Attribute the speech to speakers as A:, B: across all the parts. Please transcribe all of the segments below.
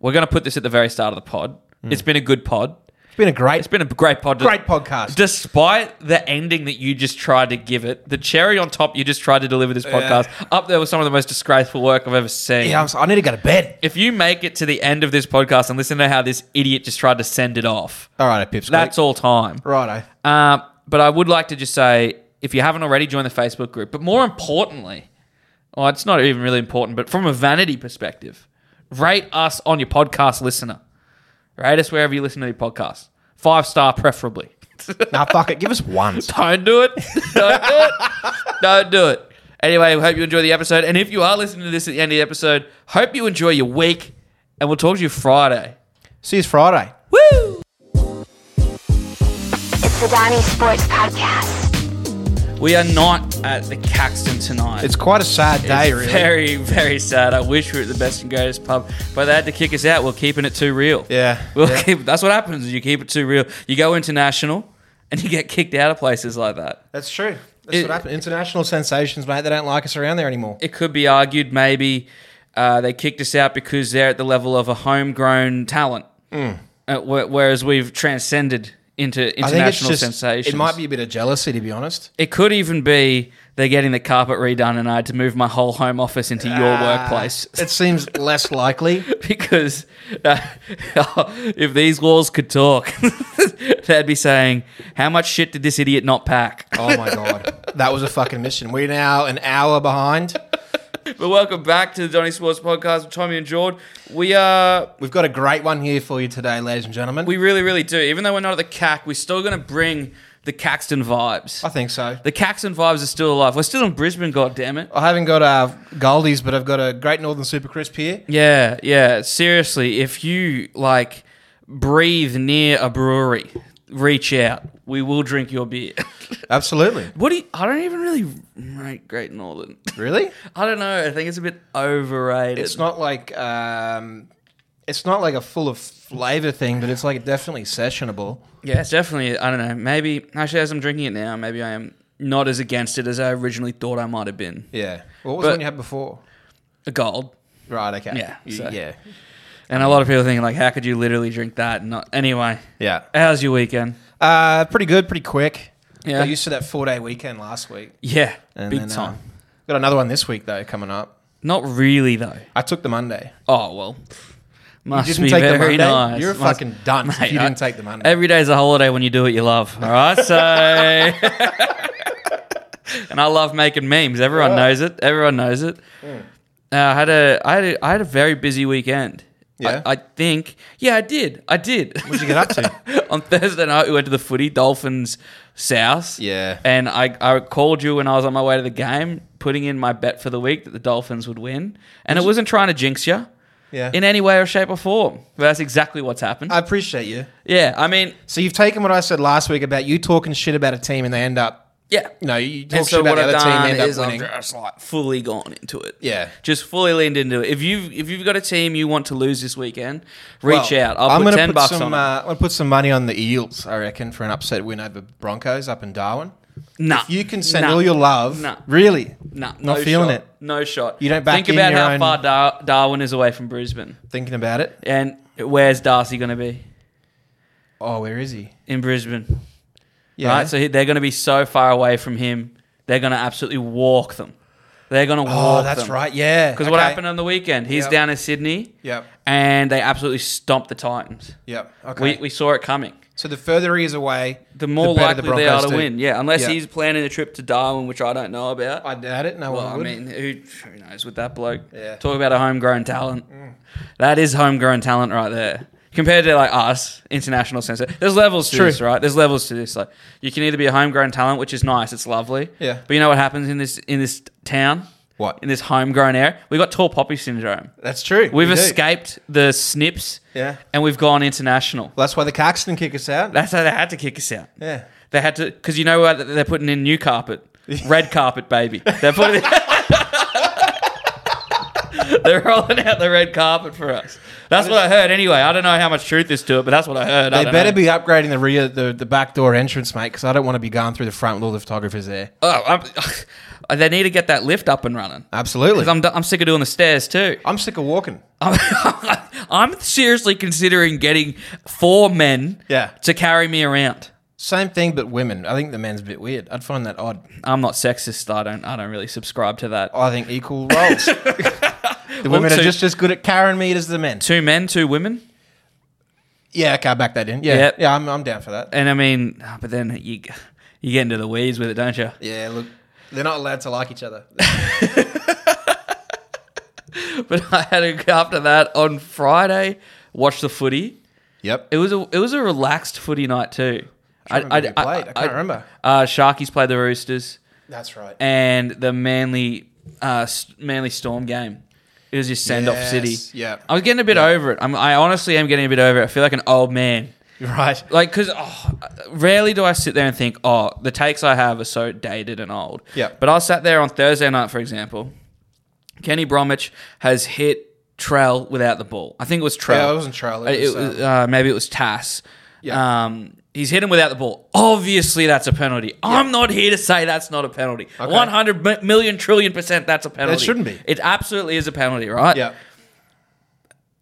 A: We're going to put this at the very start of the pod. It's been a good pod.
B: It's been a great.
A: It's been a great pod.
B: Hmm. Great podcast.
A: Despite the ending that you just tried to give it, the cherry on top you just tried to deliver this podcast, up there with some of the most disgraceful work I've ever seen.
B: yeah, I'm, so- I need to go to bed.
A: if you make it to the end of this podcast and listen to how this idiot just tried to send it off,
B: All right, Pips.
A: that's all time.
B: Righto.
A: Um, but I would like to just say, if you haven't already, join the Facebook group. But more importantly, well, it's not even really important, but from a vanity perspective, rate us on your podcast listener. Rate us wherever you listen to your podcast. Five star, preferably.
B: nah, fuck it. Give us one.
A: Don't do it. Don't do it. Don't do it. Anyway, we hope you enjoy the episode. And if you are listening to this at the end of the episode, hope you enjoy your week. And we'll talk to you Friday.
B: See you Friday.
A: Woo!
C: It's the Donny Sports Podcast.
A: We are not at the Caxton tonight.
B: It's quite a sad day,
A: It's
B: really.
A: Very, very sad. I wish we were at the best and greatest pub, but they had to kick us out. We're keeping it too real.
B: Yeah,
A: We'll
B: yeah.
A: Keep, that's what happens. is You keep it too real. You go international and you get kicked out of places like that.
B: That's true. That's
A: It-
B: what happened. International sensations, mate. They don't like us around there anymore.
A: It could be argued maybe uh, they kicked us out because they're at the level of a homegrown talent, uh, wh- whereas we've transcended into
B: Hmm. I think it's
A: international
B: just
A: sensations.
B: it might be a bit of jealousy, to be honest.
A: It could even be they're getting the carpet redone and I had to move my whole home office into your
B: Ah.
A: workplace.
B: Uh, It seems less likely.
A: because uh, if these walls could talk, they'd be saying, "How much shit did this idiot not pack?"
B: Oh my god, that was a fucking mission. We're now an hour behind.
A: But welcome back to the Donny Sports Podcast with Tommy and Jord. We are
B: We've got a great one here for you today, ladies and gentlemen.
A: we really really do. Even though we're not at the CAC, we're still going to bring the Caxton vibes.
B: I think so.
A: The Caxton vibes are still alive. We're still in Brisbane, God damn it.
B: I haven't got uh, Goldies, but I've got a Great Northern Super Crisp here.
A: Yeah, yeah. Seriously, if you like breathe near a brewery, reach out. We will drink your beer.
B: Absolutely.
A: What do you, I don't even really rate Great Northern.
B: Really?
A: I don't know. I think it's a bit overrated.
B: It's not like um, it's not like a full of flavor thing, but it's like definitely sessionable.
A: Yeah, it's definitely. I don't know. Maybe actually, as I'm drinking it now, maybe I am not as against it as I originally thought I might have been.
B: Yeah. What was
A: But-
B: the one you had before?
A: A gold,
B: Right. Okay.
A: Yeah,
B: You-
A: so-
B: Yeah.
A: and a lot of people think like, how could you literally drink that? And not anyway.
B: Yeah.
A: How's your weekend?
B: Uh, pretty good. Pretty quick.
A: Yeah.
B: Got used to that four day weekend last week.
A: Yeah,
B: And
A: big
B: then, uh,
A: time.
B: got another one this week though coming up.
A: not really though.
B: I took the Monday.
A: Oh well. Must
B: didn't
A: be
B: take the
A: very
B: Monday?
A: nice.
B: You're a
A: Must-
B: fucking dunce if you
A: I-
B: didn't take the Monday.
A: Every day's a holiday when you do what you love. All right, so. and I love making memes. Everyone knows it. Everyone knows it.
B: Hmm.
A: Uh, I had a I had a, I had a very busy weekend.
B: Yeah?
A: I, I think. Yeah, I did. I did.
B: What did you get up to?
A: On Thursday night, we went to the footy, Dolphins, South.
B: Yeah.
A: And I, I called you when I was on my way to the game, putting in my bet for the week that the Dolphins would win. And it wasn't trying to jinx you
B: Yeah.
A: in any way or shape or form. But that's exactly what's happened.
B: I appreciate you.
A: yeah, I mean,
B: So you've taken what I said last week about you talking shit about a team and they end up,
A: yeah.
B: you know, you
A: And
B: talk shit about the other team, they end up winning.
A: I've just like fully gone into it.
B: Yeah.
A: just fully leaned into it. If you have if you've got a team you want to lose this weekend, reach out. I'll
B: am
A: put ten bucks
B: some,
A: on
B: Uh, I'm gonna put some money on the Eels, I reckon, for an upset win over Broncos up in Darwin.
A: it. Nah,
B: You can send
A: Nah.
B: all your love,
A: Nah.
B: really,
A: Nah,
B: not
A: no
B: feeling
A: shot.
B: it.
A: No shot.
B: You don't back
A: Think
B: in
A: about
B: your
A: how
B: own-
A: far Dar- Darwin is away from Brisbane,
B: Thinking about it.
A: and where's Darcy going to be
B: Oh, where is he?
A: in Brisbane?
B: Yeah,
A: Right, so he- they're going to be so far away from him, they're going to absolutely walk them. They're going to walk.
B: oh, that's
A: them.
B: right. Yeah,
A: Because what
B: Okay.
A: happened on the weekend? He's
B: Yep.
A: down in Sydney.
B: Yep.
A: And they absolutely stomped the Titans.
B: Yep. Okay.
A: We, we saw it coming.
B: so the further he is away,
A: The more
B: better
A: likely they are
B: Broncos
A: to
B: do.
A: win. Yeah, unless
B: Yeah.
A: he's planning a trip to Darwin, which I don't know about.
B: I doubt it. No
A: well, I
B: one would.
A: mean, who, who knows with that bloke?
B: Yeah. Mm.
A: Talk about a homegrown talent. That is homegrown talent right there. Compared to like us, international sense, there's levels to
B: True.
A: this, right? There's levels to this. Like you can either be a homegrown talent, which is nice, it's lovely.
B: Yeah.
A: But you know what happens in this in this town?
B: What?
A: In this homegrown area, we got tall poppy syndrome.
B: that's true.
A: We've
B: We do.
A: escaped the snips,
B: Yeah.
A: and we've gone international.
B: Well, that's why the Caxton kick us out.
A: That's how they had to kick us out.
B: yeah.
A: They had to because you know what they're putting in new carpet, red carpet, baby. They're putting. They're rolling out the red carpet for us. That's what I heard. Anyway, I don't know how much truth is to it, but that's what I heard. I
B: They
A: don't
B: better
A: know.
B: be upgrading the rear, the, the back door entrance, mate, because I don't want to be going through the front with all the photographers there.
A: Oh, I'm, Like they need to get that lift up and running.
B: Absolutely.
A: Because
B: I'm,
A: I'm, do- I'm sick of doing the stairs too.
B: sick of walking.
A: I'm, I'm seriously considering getting four men
B: Yeah.
A: to carry me around.
B: Same thing, but women. I think the man's a bit weird. I'd find that odd.
A: I'm not sexist. I don't. I don't really subscribe to that.
B: I think equal roles. the women
A: two-
B: are just as good at carrying meat as the men.
A: Two men, two women,
B: Yeah, okay, I back that in. Yeah,
A: Yep.
B: yeah, I'm, I'm down for that.
A: and I mean, ah, but then you you get into the weeds with it, don't you?
B: Yeah, look, they're not allowed to like each other.
A: But I had a, after that on Friday, watch the footy.
B: yep.
A: It was a it was a relaxed footy night too. I
B: remember who played. I can't remember.
A: Uh, Sharkies played the Roosters
B: That's right.
A: and the Manly uh, S- Manly Storm game. It was just send off
B: Yes,
A: city.
B: yeah.
A: I was getting a bit over it. I'm, I honestly am getting a bit over it. I feel like an old man.
B: right.
A: Like, because oh, rarely do I sit there and think, oh, the takes I have are so dated and old.
B: Yeah.
A: But I sat there on Thursday night, for example. Kenny Bromwich has hit Trell without the ball. I think it was Trell.
B: Yeah, it wasn't Trell, it
A: Uh,
B: was,
A: was, uh, maybe it was Tass.
B: Yeah.
A: Um, he's hit him without the ball. Obviously, that's a penalty. I'm not here to say that's not a penalty.
B: Okay.
A: 100 mi- million trillion percent, that's a penalty.
B: shouldn't be.
A: It absolutely is a penalty, right?
B: Yeah.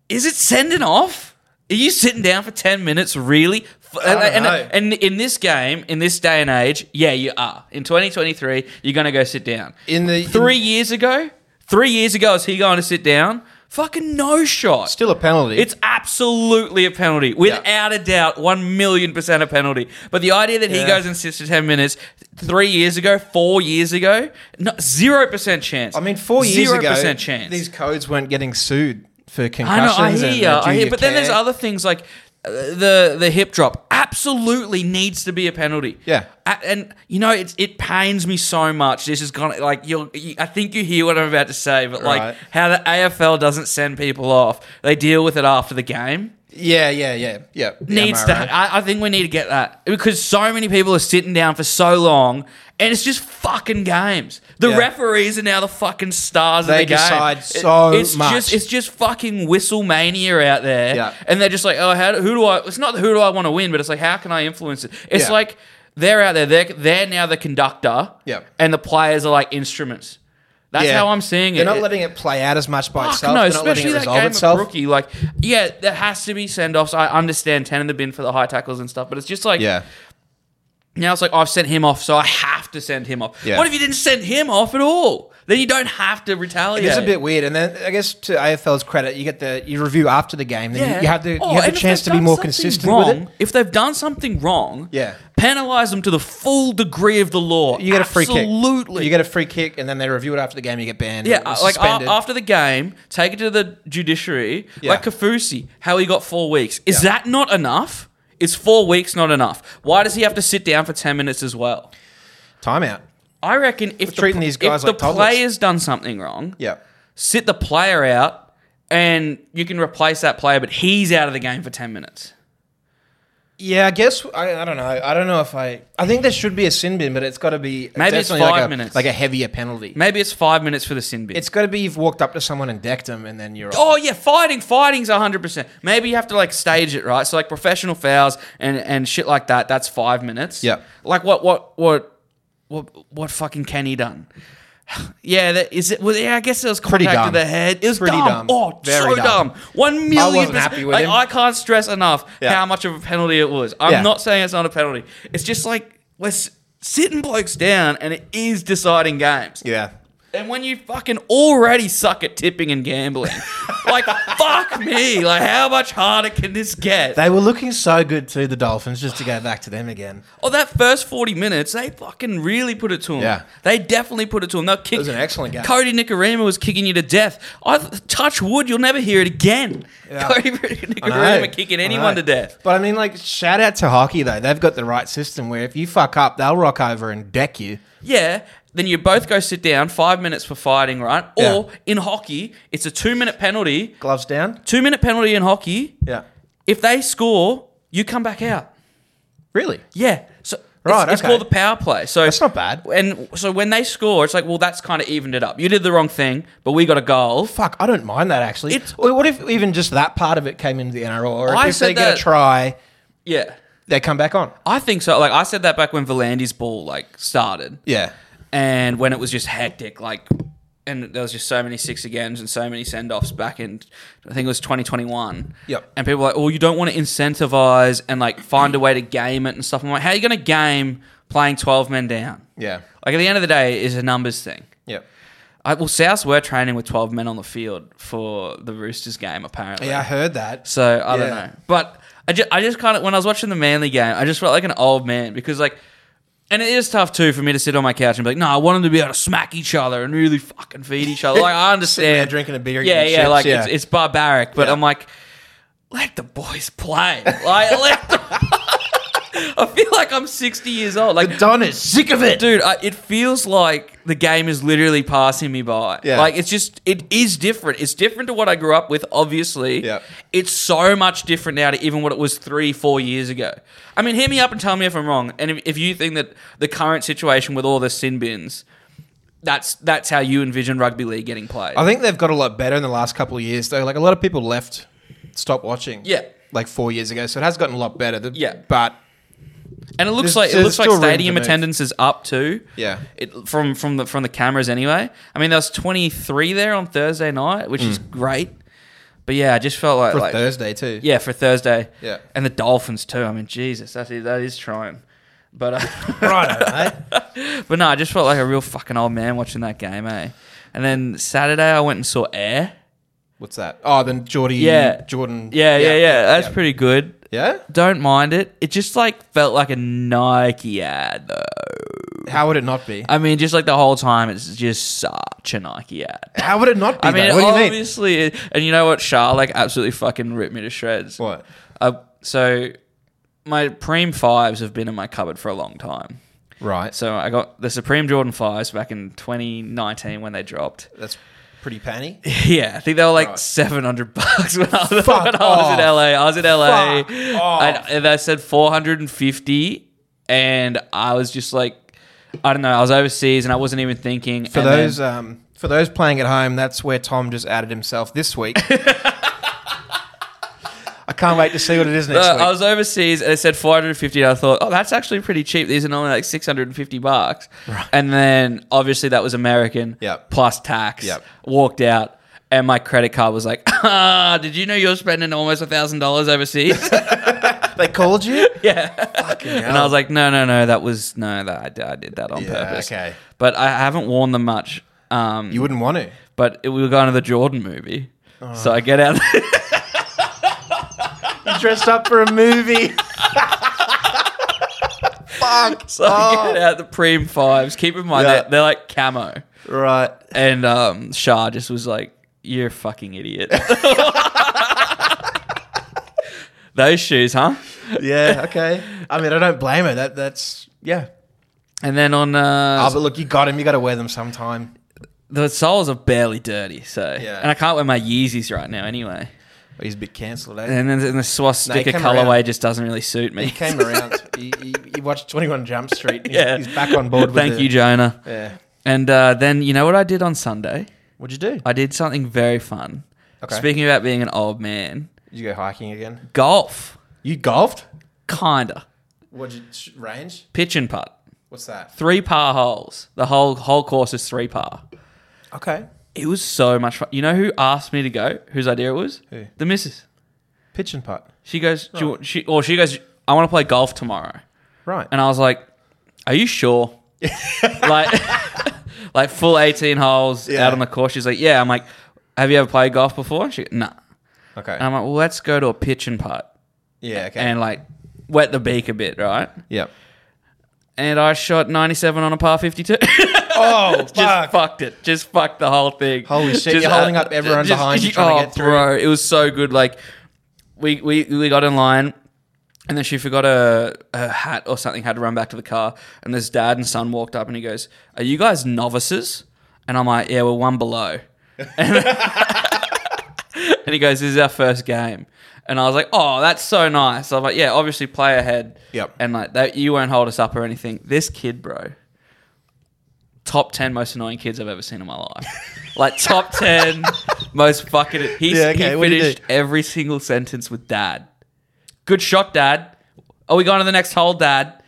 A: is it sending off? Are you sitting down for 10 minutes, really? F-
B: don't
A: and,
B: know.
A: and in this game, in this day and age, yeah, you are. In 2023, you're going to go sit down.
B: In the
A: three
B: in-
A: years ago, three years ago, is he going to sit down? Fucking no shot.
B: still a penalty.
A: It's absolutely a penalty, without a doubt, one million percent a penalty. But the idea that he
B: Yeah.
A: goes and sits for ten minutes, three years ago, four years ago, no- zero percent chance.
B: I mean, four years
A: zero
B: ago,
A: percent chance.
B: these codes weren't getting sued for
A: I know.
B: concussions.
A: I hear
B: and
A: you.
B: uh,
A: I hear.
B: junior
A: But then there's
B: care.
A: other things like uh, the the hip drop. Absolutely needs to be a penalty.
B: Yeah.
A: A- and you know, it's it pains me so much. This is gonna like you'll. You, I think you hear what I'm about to say, but like
B: Right.
A: how the AFL doesn't send people off. They deal with it after the game.
B: Yeah, yeah, yeah, yeah.
A: Needs
B: MRI.
A: that. I, I think we need to get that because so many people are sitting down for so long, and it's just fucking games. The
B: Yeah.
A: referees are now the fucking stars
B: They
A: of the game.
B: decide
A: It-
B: so
A: it's
B: much.
A: Just, it's just fucking whistle mania out there,
B: Yeah.
A: and they're just like, oh, how do, who do I? It's not who do I want to win, but it's like how can I influence it? It's
B: Yeah.
A: like they're out there. They're they're now the conductor,
B: Yeah.
A: and the players are like instruments. That's
B: Yeah.
A: how I'm seeing
B: They're
A: it.
B: not
A: It-
B: letting it play out as much by
A: Fuck
B: itself.
A: no,
B: They're not letting
A: especially
B: it
A: that
B: resolve
A: game
B: itself.
A: of rookie. Like, yeah, there has to be send offs. I understand ten in the bin for the high tackles and stuff, but it's just like
B: Yeah,
A: now it's like I've sent him off, so I have to send him off.
B: Yeah.
A: What if you didn't send him off at all? Then you don't have to retaliate.
B: it's a bit weird. And then I guess to AFL's credit, you get the you review after the game. Then you, you have the
A: Oh,
B: you have
A: and
B: the
A: if
B: chance
A: they've
B: to be
A: done
B: more
A: something
B: consistent
A: wrong,
B: with it.
A: If they've done something wrong,
B: Yeah.
A: penalize them to the full degree of the law.
B: You get a free
A: Absolutely.
B: kick.
A: Absolutely.
B: You get a free kick, and then they review it after the game. You get banned.
A: Yeah,
B: or
A: uh, like a
B: suspended.
A: after the game, take it to the judiciary.
B: Yeah.
A: Like Kafusi, how he got four weeks. Is
B: Yeah.
A: that not enough? Is four weeks not enough? Why does he have to sit down for ten minutes as well?
B: timeout.
A: I reckon if the,
B: treating these guys
A: if
B: like
A: the
B: toddlers.
A: player's done something wrong,
B: Yeah,
A: sit the player out, and you can replace that player, but he's out of the game for ten minutes.
B: yeah. I guess I, I don't know. I don't know if I. I think there should be a sin bin, but it's got to be
A: Maybe it's
B: definitely
A: five
B: like a,
A: minutes.
B: like a heavier penalty.
A: Maybe it's five minutes for the sin bin.
B: It's got to be you've walked up to someone and decked them, and then you're.
A: Oh yeah, fighting, fighting's hundred percent. Maybe you have to like stage it right. So like professional fouls and and shit like that. That's five minutes.
B: Yeah.
A: Like what what what what what fucking Kenny done? yeah, that is it. Well, yeah, I guess it was
B: Pretty
A: contact to
B: dumb.
A: the head. It was
B: Pretty
A: dumb.
B: dumb.
A: Oh,
B: Very
A: so dumb.
B: dumb.
A: One million.
B: wasn't
A: percent-
B: happy with
A: like,
B: him.
A: I can't stress enough
B: Yeah.
A: how much of a penalty it was. I'm
B: Yeah.
A: not saying it's not a penalty. It's just like we're s- sitting blokes down, and it is deciding games.
B: Yeah.
A: And when you fucking already suck at tipping and gambling, like fuck me, like how much harder can this get?
B: They were looking so good too, the Dolphins, just to go back to them again.
A: oh, that first forty minutes, they fucking really put it to him.
B: Yeah.
A: they definitely put it to him. They'll kick. It
B: was an excellent game.
A: Cody Nicarima was kicking you to death. I touch wood, you'll never hear it again.
B: Yeah.
A: Cody
B: I know.
A: Nicarima kicking
B: I
A: anyone
B: know.
A: to death.
B: But I mean, like, shout out to hockey though. They've got the right system where if you fuck up, they'll rock over and deck you.
A: Yeah. Then you both go sit down, five minutes for fighting, right?
B: Yeah.
A: Or in hockey, it's a two minute penalty.
B: Gloves down.
A: Two minute penalty in hockey.
B: Yeah.
A: If they score, you come back out.
B: Really?
A: Yeah. So
B: Right,
A: it's, it's
B: okay.
A: called the power play. So
B: That's not bad.
A: And so when they score, it's like, well, that's kind of evened it up. You did the wrong thing, but we got a goal.
B: Fuck, I don't mind that actually.
A: It's-
B: Or what if even just that part of it came into the NRL? Or
A: I
B: if they
A: said
B: get
A: that-
B: a try,
A: Yeah.
B: they come back on.
A: I think so. Like I said that back when Volandi's ball like started.
B: Yeah.
A: and when it was just hectic, like, and there was just so many six agains and so many send offs back in, I think it was 2021.
B: Yep.
A: And people were like, oh, you don't want to incentivize and like find a way to game it and stuff. I'm like, how are you going to game playing 12 men down?
B: Yeah.
A: Like, at the end of the day, it's a numbers thing.
B: Yep.
A: I, well, Souths were training with 12 men on the field for the Roosters game, apparently.
B: Yeah, I heard that.
A: So I don't
B: Yeah.
A: know. But I just, I just kind of when I was watching the Manly game, I just felt like an old man because like, and it is tough too for me to sit on my couch and be like, no, I want them to be able to smack each other and really fucking feed each other. Like I
B: Sitting
A: understand
B: there drinking a beer,
A: Yeah,
B: eating
A: yeah,
B: chips,
A: like
B: yeah.
A: It's, it's barbaric, but
B: Yeah.
A: I'm like, let the boys play. Like let. The- I feel like I'm 60 years old. Like
B: Don is sick of it.
A: dude I, it feels like the game is literally passing me by
B: Yeah.
A: like it's just it is different it's different to what i grew up with obviously
B: Yeah.
A: it's so much different now to even what it was three four years ago i mean hear me up and tell me if i'm wrong and if, if you think that the current situation with all the sin bins that's that's how you envision rugby league getting played
B: I think they've got a lot better in the last couple of years, though. Like a lot of people left, stopped watching.
A: Yeah.
B: Like four years ago, so it has gotten a lot better. The-
A: Yeah.
B: But
A: and it looks
B: There's-
A: like it
B: there's
A: looks like
B: still room
A: stadium
B: to move.
A: attendance is up too
B: Yeah.
A: it, from from the from the cameras anyway i mean there was 23 there on thursday night which is great but yeah i just felt like
B: Mm. for
A: like
B: Thursday too.
A: Yeah, for Thursday.
B: Yeah.
A: And the Dolphins too. I mean, Jesus, that is, that is trying. But uh,
B: Right.
A: but no, I just felt like a real fucking old man watching that game, eh? And then Saturday I went and saw Air.
B: What's that? Oh, then Geordie.
A: Yeah.
B: Jordan.
A: Yeah, yeah, yeah. That's
B: yeah.
A: pretty good.
B: Yeah.
A: Don't mind it. It just like felt like a Nike ad though.
B: How would it not be?
A: I mean, just like the whole time, it's just such a Nike ad.
B: How would it not be?
A: I mean,
B: though? what do you mean?
A: obviously, and you know what? Shah like absolutely fucking ripped me to shreds.
B: What?
A: Uh, so my Prem fives have been in my cupboard for a long time.
B: Right. So
A: So I got the Supreme Jordan fives back in 2019 when they dropped.
B: that's pretty panny.
A: Yeah, I think they were like
B: Right.
A: 700 bucks when I, was,
B: Fuck
A: when I was in
B: off.
A: LA. I was in LA,
B: Fuck
A: and, and they said 450, and I was just like, I don't know, I was overseas and I wasn't even thinking.
B: For
A: and then-
B: those um, for those playing at home, that's where Tom just added himself this week. I can't wait to see what it is next
A: Uh,
B: week.
A: I was overseas and it said 450. And I thought, oh, that's actually pretty cheap. These are normally like 650 bucks. And then obviously that was American
B: Yep.
A: plus tax.
B: Yep.
A: Walked out. And my credit card was like, ah, did you know you're spending almost $1,000 overseas?
B: they called you?
A: yeah. And I was like, no, no, no, that was, no, that I, did- I did that on
B: Oh. Yeah,
A: purpose.
B: okay.
A: But I haven't worn them much. Um,
B: you Oh. wouldn't want to.
A: but it, we were going to the Jordan movie. So I get out.
B: You dressed up for a movie. Fuck.
A: so I get out the Prem fives. Keep in mind
B: Oh. Yeah.
A: they're, they're like camo.
B: Right.
A: And um, Shah just was like, "You're a fucking idiot." Those shoes, huh?
B: Yeah. Okay. I mean, I don't blame her. That that's yeah.
A: And then on
B: Oh,
A: uh,
B: but look, you got him. You got to wear them sometime.
A: the soles are barely dirty, so
B: Yeah.
A: and I can't wear my Yeezys right now anyway.
B: Oh, he's a bit cancelled. Eh?
A: And then the, the swastika
B: came
A: colorway
B: around.
A: just doesn't really suit me.
B: He came around. he, he, he watched Twenty One Jump Street. and he's-
A: Yeah.
B: He's, back on board. with
A: Thank
B: the-
A: you, Jonah.
B: Yeah.
A: And uh, then you know what I did on Sunday?
B: What'd you do?
A: I did something very fun.
B: Okay.
A: Speaking about being an old man,
B: Did you go hiking again?
A: golf,
B: You golfed?
A: kinda
B: What you range?
A: pitch and putt,
B: What's that?
A: three par holes. The whole whole course is three par.
B: Okay.
A: It was so much fun. You know who asked me to go? Whose idea it was?
B: Who? Oh.
A: The missus.
B: Pitch and putt.
A: She goes, Do you want- she, or she goes, I want to play golf tomorrow.
B: Right.
A: And I was like, Are you sure? like, like full 18 holes
B: Yeah.
A: out on the course. She's like, Yeah. I'm like, Have you ever played golf before? And she goes, Nah.
B: okay.
A: And I'm like, Well, let's go to a pitch and putt
B: yeah. Okay.
A: and like wet the beak a bit, right?
B: yep.
A: And I shot 97 on a par 52.
B: Oh
A: just fucked it. Just fucked the whole thing.
B: Holy shit,
A: Just, oh,
B: you're holding up everyone behind you trying to get through.
A: Bro, it was so good. Like we we, we got in line and then she forgot a, a hat or something, had to run back to the car. And this dad and son walked up and he goes, Are you guys novices? And I'm like, Yeah, we're one below. And he goes, This is our first game. And I was like, Oh, that's so nice. I was like, Yeah, obviously play ahead.
B: Yep.
A: And like that you won't hold us up or anything. This kid, bro. Top ten most annoying kids I've ever seen in my life. like top ten most fucking he,
B: Yeah, okay,
A: he
B: what'd you
A: finished
B: do?
A: every single sentence with dad. Good shot, dad. Are we going to the next hole, dad?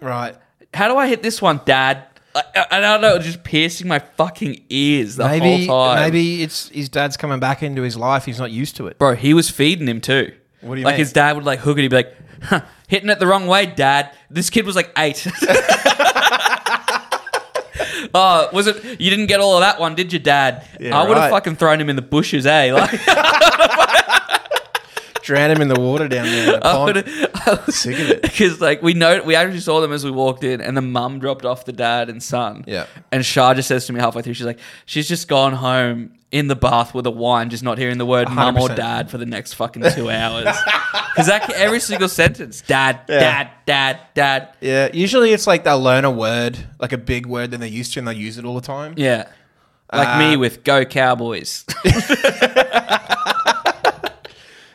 B: right.
A: How do I hit this one, dad? Like, and I don't know, it was just piercing my fucking ears the
B: Maybe
A: whole time.
B: maybe it's his dad's coming back into his life. He's not used to it.
A: Bro, he was feeding him too.
B: What do you
A: like
B: mean?
A: his dad would like hook it, he'd be like, huh, hitting it the wrong way, dad. This kid was like eight. Oh, was it? You didn't get all of that one, did you, Dad?
B: Yeah,
A: I would have
B: right.
A: fucking thrown him in the bushes, eh? Like,
B: Drown him in the water down there. In the
A: I
B: pond.
A: would have
B: Sick of it.
A: Because like we know, we actually saw them as we walked in, and the mum dropped off the dad and son.
B: Yeah.
A: And Shah just says to me halfway through, she's like, she's just gone home in the bath with a wine, just not hearing the word mum or
B: 100%.
A: dad for the next fucking two hours. Because that every single sentence, dad,
B: Yeah.
A: dad, dad, dad.
B: Yeah, usually it's like they'll learn a word, like a big word, then they used to and they use it all the time.
A: Yeah. Like
B: Uh,
A: me with go Cowboys.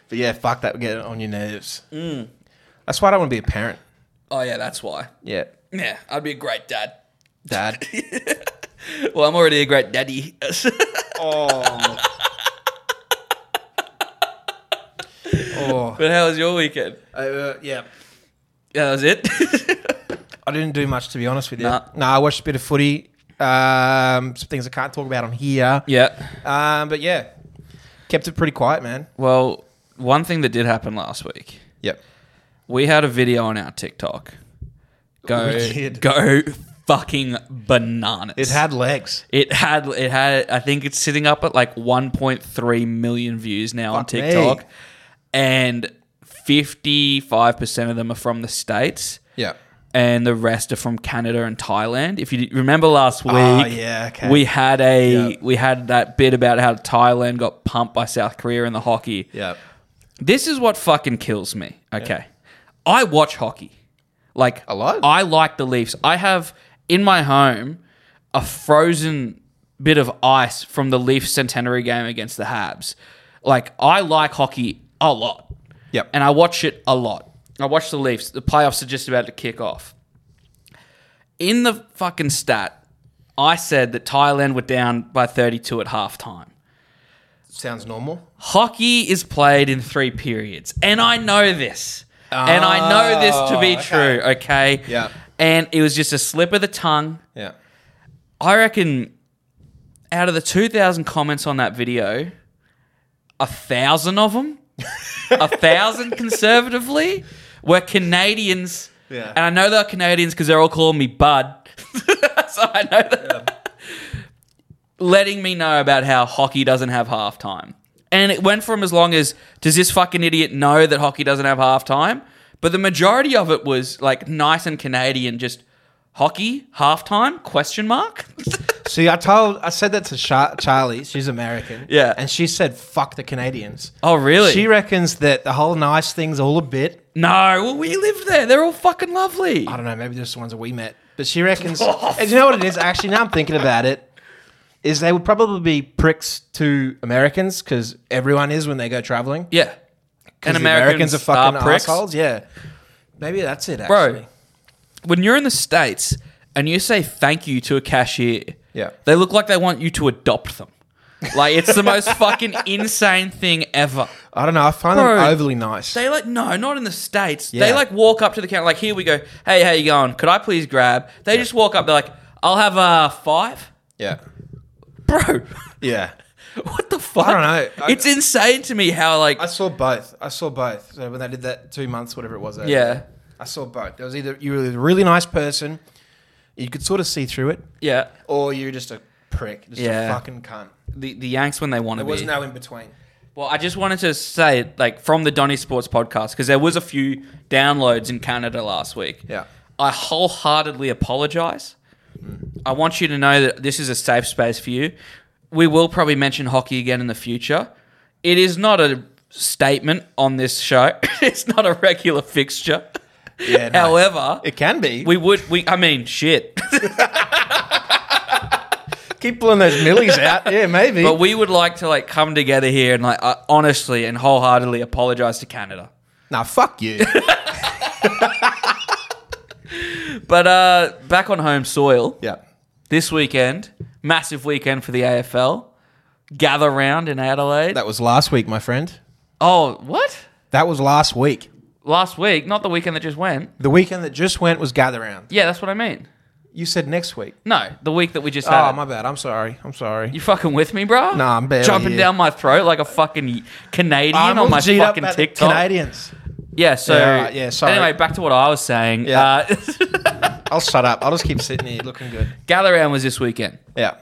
B: But yeah, fuck that would get on your nerves. That's why I don't want to be a parent.
A: oh yeah, that's why.
B: Yeah,
A: Yeah, I'd be a great dad.
B: dad.
A: Well, I'm already a great daddy.
B: oh. oh.
A: but how was your weekend?
B: Uh, yeah.
A: Yeah, that was it.
B: I didn't do much to be honest with you.
A: Nah.
B: No, I watched a bit of footy. Um, some things I can't talk about on here.
A: yeah.
B: Um, but yeah, kept it pretty quiet, man.
A: Well, one thing that did happen last week,
B: Yep.
A: we had a video on our TikTok. Go,
B: We did.
A: go, fucking bananas!
B: It had legs.
A: it had, it had. I think it's sitting up at like 1.3 million views now on
B: Fuck me.
A: TikTok, and 55 percent of them are from the states,
B: Yeah.
A: and the rest are from Canada and Thailand. If you remember last week,
B: Oh, yeah, okay.
A: we had a
B: Yeah.
A: we had that bit about how Thailand got pumped by South Korea in the hockey.
B: Yeah.
A: This is what fucking kills me. Okay. I watch hockey. Like
B: A lot?
A: I like the Leafs. I have in my home a frozen bit of ice from the Leafs centenary game against the Habs. Like I like hockey a lot.
B: Yep.
A: And I watch it a lot. I watch the Leafs. The playoffs are just about to kick off. In the fucking stat, I said that Thailand were down by 32 at halftime
B: Sounds normal.
A: hockey is played in three periods. And I know this. and I know this to be
B: Oh,
A: true, okay?
B: Yeah.
A: And it was just a slip of the tongue.
B: Yeah.
A: I reckon out of the 2,000 comments on that video, a thousand of them, a thousand conservatively, were Canadians.
B: Yeah.
A: And I know they're Canadians because they're all calling me Bud. so I know that. Letting me know about how hockey doesn't have halftime. And it went from as long as, does this fucking idiot know that hockey doesn't have halftime? But the majority of it was like nice and Canadian, just hockey, halftime, question mark.
B: See, I told, I said that to Char- Charlie. She's American.
A: Yeah.
B: and she said, "Fuck the Canadians."
A: Oh, really?
B: She reckons that the whole nice thing's all a bit.
A: no, well, we lived there. They're all fucking lovely.
B: I don't know. Maybe just the ones that we met. But she reckons. and you know what it is? Actually, now I'm thinking about it, is they would probably be pricks to Americans because everyone is when they go traveling.
A: Yeah. And
B: The
A: Americans,
B: Americans are fucking
A: pricks.
B: assholes. Yeah. Maybe that's it.
A: Bro,
B: Actually.
A: when you're in the States and you say thank you to a cashier,
B: Yeah.
A: they look like they want you to adopt them. Like, it's the most fucking insane thing ever.
B: I don't know. I find
A: Bro,
B: them overly nice.
A: They like no, not in the states. They
B: Yeah.
A: like walk up to the counter. Like here we go. Hey, how you going? Could I please grab? They just walk up. They're like, I'll have a uh, five,
B: yeah.
A: bro.
B: Yeah.
A: what the fuck?
B: don't know. I-
A: it's insane to me how like
B: I saw both. I saw both. So when they did that two months, whatever it was. over
A: Yeah.
B: there, I saw both. There was either you were a really nice person, you could sort of see through it,
A: yeah
B: or you're just a prick, just
A: Yeah.
B: a fucking cunt.
A: the the Yanks when they want to
B: There
A: be.
B: was no in between.
A: Well, I just wanted to say, like, from the Donny Sports podcast, because there was a few downloads in Canada last week.
B: Yeah.
A: I wholeheartedly apologize.
B: Mm.
A: I want you to know that this is a safe space for you. We will probably mention hockey again in the future. It is not a statement on this show. it's not a regular fixture.
B: Yeah. no.
A: However,
B: it can be.
A: we would we I mean shit.
B: keep pulling those millies out. Yeah, maybe.
A: but we would like to like come together here and like uh, honestly and wholeheartedly apologize to Canada.
B: nah, fuck you.
A: But uh, back on home soil
B: yeah.
A: this weekend, massive weekend for the AFL. Gather round in Adelaide.
B: That was last week, my friend.
A: oh, what?
B: That was last week.
A: Last week, not the weekend that just went.
B: The weekend that just went was gather round.
A: Yeah, that's what I mean.
B: You said next week.
A: No, the week that we just had.
B: Oh,
A: it.
B: my bad. I'm sorry. I'm sorry.
A: You fucking with me, bro?
B: Nah, I'm barely
A: jumping
B: here.
A: down my throat like a fucking Canadian
B: I'm all
A: on my
B: G'd up
A: fucking
B: at the
A: TikTok.
B: Canadians.
A: Yeah. So
B: Yeah, alright, yeah, sorry.
A: Anyway, back to what I was saying.
B: Yeah.
A: Uh,
B: I'll shut up. I'll just keep sitting here looking good.
A: Galaround was this weekend.
B: Yeah.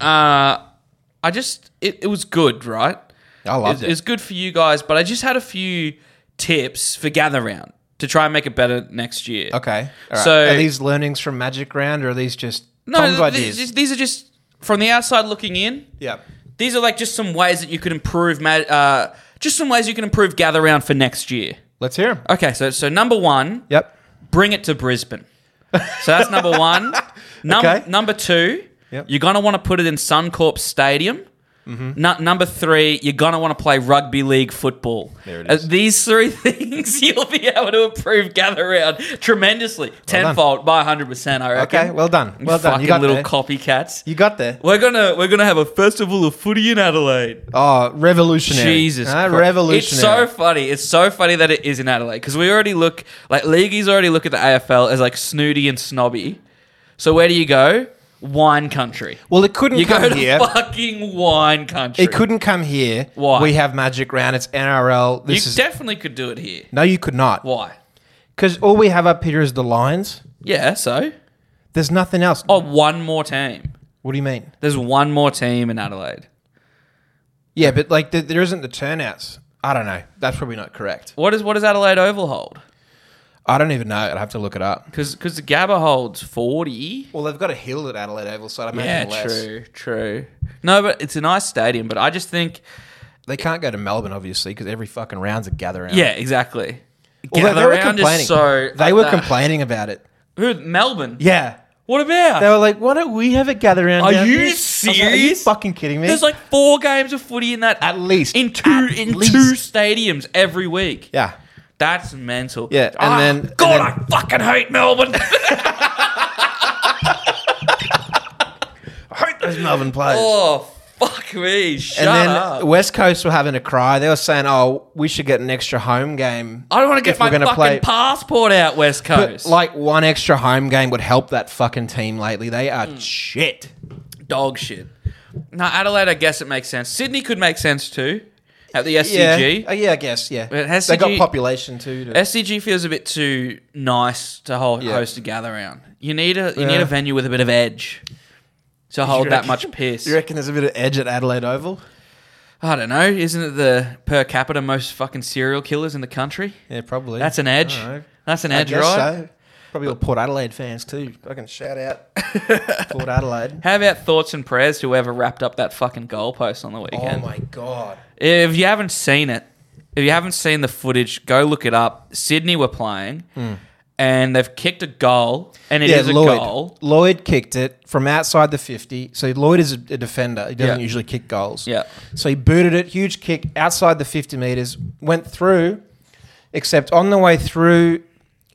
A: Uh, I just it, it was good, right?
B: I loved
A: it,
B: it.
A: was good for you guys, but I just had a few tips for Gather Round to try and make it better next year.
B: Okay. All right.
A: So-
B: are these learnings from Magic Round or are these just
A: No,
B: Tom's
A: th-
B: ideas?
A: these- these are just from the outside looking in.
B: yeah.
A: These are like just some ways that you could improve. ma- Uh, just some ways you can improve Gather Round for next year.
B: Let's hear them.
A: Okay, so so number one,
B: Yep.
A: bring it to Brisbane. So that's number one. Num-
B: Okay.
A: Number two,
B: Yep. Mm-hmm.
A: you're gonna want to put it in Suncorp Stadium. Nu- number three, you're gonna want to play rugby league football.
B: There it
A: Uh,
B: is.
A: these three things you'll be able to improve gather round tremendously, tenfold by 100. percent I reckon.
B: Okay. Well done.
A: You
B: Well done.
A: Fucking
B: You got
A: little
B: there.
A: copycats.
B: You got there.
A: We're gonna we're gonna have a festival of footy in Adelaide.
B: Oh, revolutionary.
A: Jesus,
B: Ah,
A: Christ.
B: revolutionary.
A: It's so funny. It's so funny that it is in Adelaide because we already look like leagueies already look at the AFL as like snooty and snobby. So where do you go? Wine country.
B: well, it couldn't
A: You go
B: come
A: to
B: here.
A: fucking wine country.
B: It couldn't come here.
A: Why?
B: We have Magic Round. It's NRL.
A: You
B: This is
A: definitely could do it here.
B: no, you could not.
A: Why?
B: Because all we have up here is the lines.
A: Yeah. So
B: There's nothing else.
A: oh, one more team.
B: What do you mean?
A: There's one more team in Adelaide.
B: Yeah, but like there, there isn't the turnouts. I don't know. That's probably not correct.
A: What is what does Adelaide Oval hold?
B: I don't even know. I'd have to look it up.
A: Because the Gabba holds forty.
B: Well, they've got a hill at Adelaide Oval, so I
A: Yeah,
B: imagine less.
A: true, true. No, but it's a nice stadium. But I just think
B: They can't go to Melbourne, obviously, because every fucking round's a gather round.
A: Yeah, exactly.
B: Although
A: Gather round is so-
B: they
A: like
B: were
A: that.
B: complaining about it.
A: Who? Melbourne.
B: Yeah,
A: What
B: they
A: about?
B: were like, "Why don't we have a gather round?"
A: Are
B: down
A: you
B: here?" I was like, Are you
A: serious?
B: fucking kidding me?
A: There's like four games of footy in that
B: At least.
A: in two
B: At
A: in
B: least.
A: two stadiums every week.
B: yeah,
A: That's mental.
B: Yeah, and
A: Ah,
B: then-
A: God, I
B: and
A: fucking hate Melbourne.
B: I hate those Melbourne players.
A: oh fuck me! Shut
B: and then
A: up.
B: West Coast were having a cry. They were saying, "Oh, we should get an extra home game."
A: I don't want to get
B: if we're
A: my
B: gonna
A: fucking
B: play-
A: passport out, West Coast.
B: But like one extra home game would help that fucking team lately. They are
A: Hmm.
B: shit.
A: dog shit. No, Adelaide. I guess it makes sense. Sydney could make sense too. At the SCG,
B: Yeah, Uh, yeah I guess. Yeah,
A: But has
B: they got
A: CG
B: population too. To,
A: SCG feels a bit too nice to hold,
B: Yeah.
A: host a gather round. You need a you need
B: Yeah.
A: a venue with a bit of edge to hold that
B: reckon-
A: much piss.
B: you reckon there's a bit of edge at Adelaide Oval?
A: I don't know. Isn't it the per capita most fucking serial killers in the country?
B: Yeah, probably.
A: That's an edge.
B: I don't know.
A: That's an
B: I
A: edge,
B: guess
A: right?
B: so. Probably all Port Adelaide fans too. Fucking shout out Port Adelaide.
A: How about thoughts and prayers to whoever wrapped up that fucking goalpost on the
B: Oh
A: weekend?
B: my god.
A: If you haven't seen it, if you haven't seen the footage, go look it up. Sydney were playing, and they've kicked a goal, and it is a
B: Hmm. Lloyd.
A: goal.
B: Lloyd kicked it from outside the 50. So Lloyd is a a defender. He doesn't
A: Yeah.
B: usually kick goals.
A: Yeah.
B: So he booted it, huge kick outside the 50 meters, went through, except on the way through,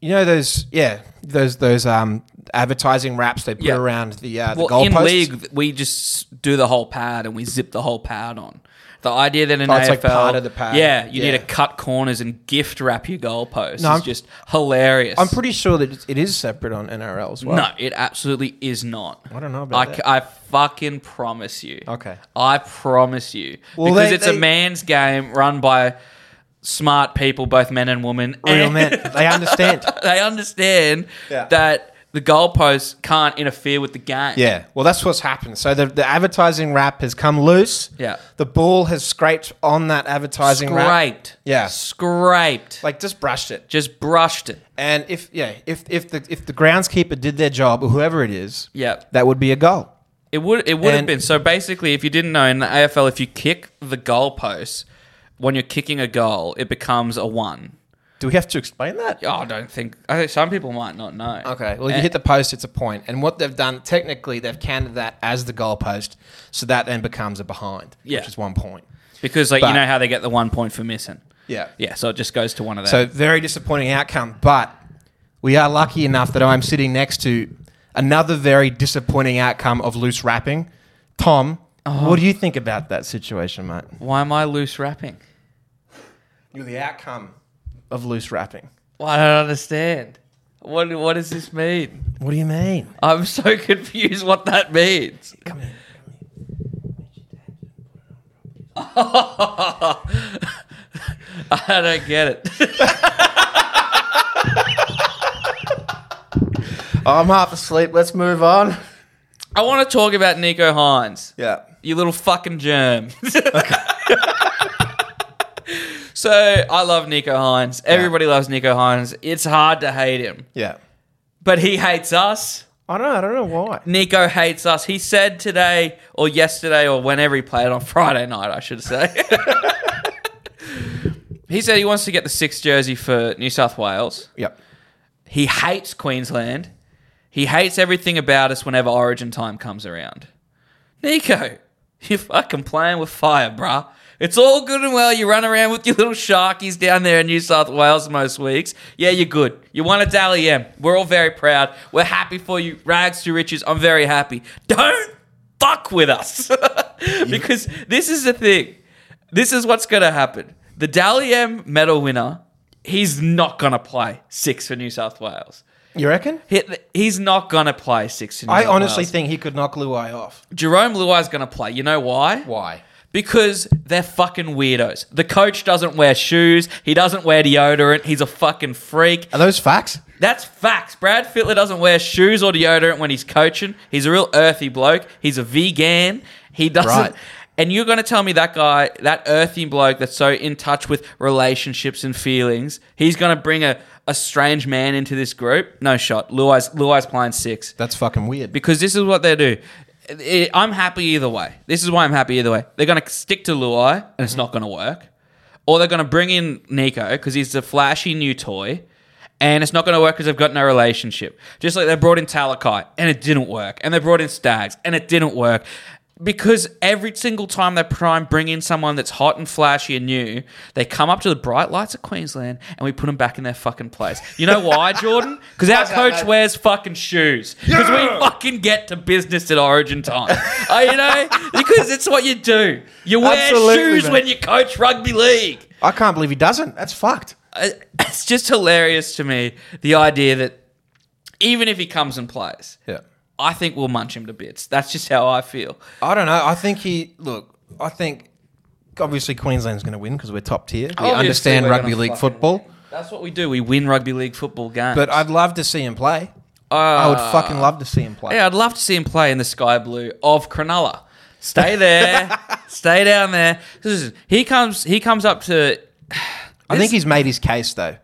B: you know those yeah, those those um advertising wraps they put
A: Yeah.
B: around the uh the
A: Well,
B: goalposts.
A: in league, we just do the whole pad and we zip the whole pad on. The idea that in
B: Oh,
A: AFL,
B: it's like part of the pad.
A: yeah, you
B: Yeah.
A: need to cut corners and gift wrap your goalposts. No,
B: No, I'm-
A: it's just hilarious.
B: I'm pretty sure that it's- it is separate on NRL as well.
A: No, it absolutely is not.
B: I don't know about
A: I,
B: that.
A: c- I fucking promise you.
B: Okay.
A: I promise you.
B: Well,
A: because
B: they-
A: it's a
B: they-
A: man's game run by smart people, both men and women.
B: Real
A: and-
B: men. They understand.
A: they understand
B: Yeah.
A: that the goalposts can't interfere with the game.
B: Yeah, well, that's what's happened. So the, the advertising wrap has come loose.
A: Yeah.
B: The ball has scraped on that advertising wrap.
A: Scraped.
B: Yeah.
A: Scraped.
B: Like just brushed it.
A: just brushed it.
B: And if yeah, if if the if the groundskeeper did their job or whoever it is,
A: Yeah.
B: that would be a goal.
A: It would it would have
B: And-
A: been. So basically, if you didn't know in the AFL, if you kick the goalpost when you're kicking a goal, it becomes a one.
B: Do we have to explain that?
A: Oh, I don't think. I think some people might not know.
B: Okay.
A: Eh.
B: Well, if you hit the post, it's a point. And what they've done technically, they've counted that as the goal post, so that then becomes a behind,
A: Yeah.
B: which is one point.
A: Eh, because like
B: but-
A: you know how they get the one point for missing.
B: Yeah.
A: Yeah, so it just goes to one of them.
B: So very disappointing outcome, but we are lucky enough that I'm sitting next to another very disappointing outcome of loose wrapping. Tom,
A: Uh-huh.
B: what do you think about that situation, mate?
A: why am I loose wrapping?
B: You're the outcome of loose wrapping.
A: Well, I don't understand. What What does this mean?
B: What do you mean?
A: I'm so confused. What that means?
B: Come here.
A: I don't get it.
B: I'm half asleep. Let's move on.
A: I want to talk about Nico Hines.
B: Yeah.
A: You little fucking germ. so I love Nico Hines. Everybody loves Nico Hines. It's hard to hate him,
B: Yeah.
A: but he hates us.
B: I don't know. I don't know why.
A: Nico hates us. He said today or yesterday or whenever he played on Friday night, I should say. he said he wants to get the sixth jersey for New South Wales.
B: Yep.
A: He hates Queensland. He hates everything about us whenever Origin time comes around. Nico, you're fucking playing with fire, bruh. It's all good and well. You run around with your little sharkies down there in New South Wales most weeks. Yeah, you're good. You won a Dally M. We're all very proud. We're happy for you. Rags to riches. I'm very happy. Don't fuck with us. because this is the thing. This is what's going to happen. The Dally M medal winner, he's not going to play six for New South Wales.
B: You reckon?
A: He- he's not going to play six for New
B: I
A: South
B: honestly
A: Wales.
B: think he could knock Luai off.
A: Jerome Luai's going to play. You know why?
B: Why?
A: Because they're fucking weirdos. The coach doesn't wear shoes. He doesn't wear deodorant. He's a fucking freak.
B: Are those facts?
A: That's facts. Brad Fittler doesn't wear shoes or deodorant when he's coaching. He's a real earthy bloke. He's a vegan. He doesn't.
B: Right.
A: And you're going to tell me that guy, that earthy bloke that's so in touch with relationships and feelings, he's going to bring a, a strange man into this group? No shot. Luai's, Luai's playing six
B: That's fucking weird.
A: because this is what they do. I- I'm happy either way. This is why I'm happy either way. They're going to stick to Luai, and it's not going to work, or they're going to bring in Nico because he's the flashy new toy, and it's not going to work because they've got no relationship. Just like they brought in Talakai, and it didn't work, and they brought in Stags, and it didn't work. Because every single time they prime bring in someone that's hot and flashy and new, they come up to the bright lights of Queensland and we put them back in their fucking place. You know why, Jordan? Because our coach wears fucking shoes. Because we fucking get to business at Origin time. Uh, you know, because it's what you do. You wear
B: Absolutely,
A: shoes
B: mate.
A: when you coach rugby league.
B: I can't believe he doesn't. That's fucked.
A: Uh, It's just hilarious to me the idea that even if he comes and plays,
B: Yeah.
A: I think we'll munch him to bits. That's just how I feel.
B: I don't know. I think he look. I think obviously Queensland's going to win because we're top tier. We
A: Obviously,
B: understand
A: we're
B: rugby
A: gonna
B: league
A: fucking
B: football,
A: win. That's what we do. We win rugby league football games.
B: but uh, I'd love to see him play. I would fucking love to see him play.
A: Yeah, I'd love to see him play in the sky blue of Cronulla. Stay there, stay down there. Listen, he comes. He comes up to.
B: I think he's made his case though.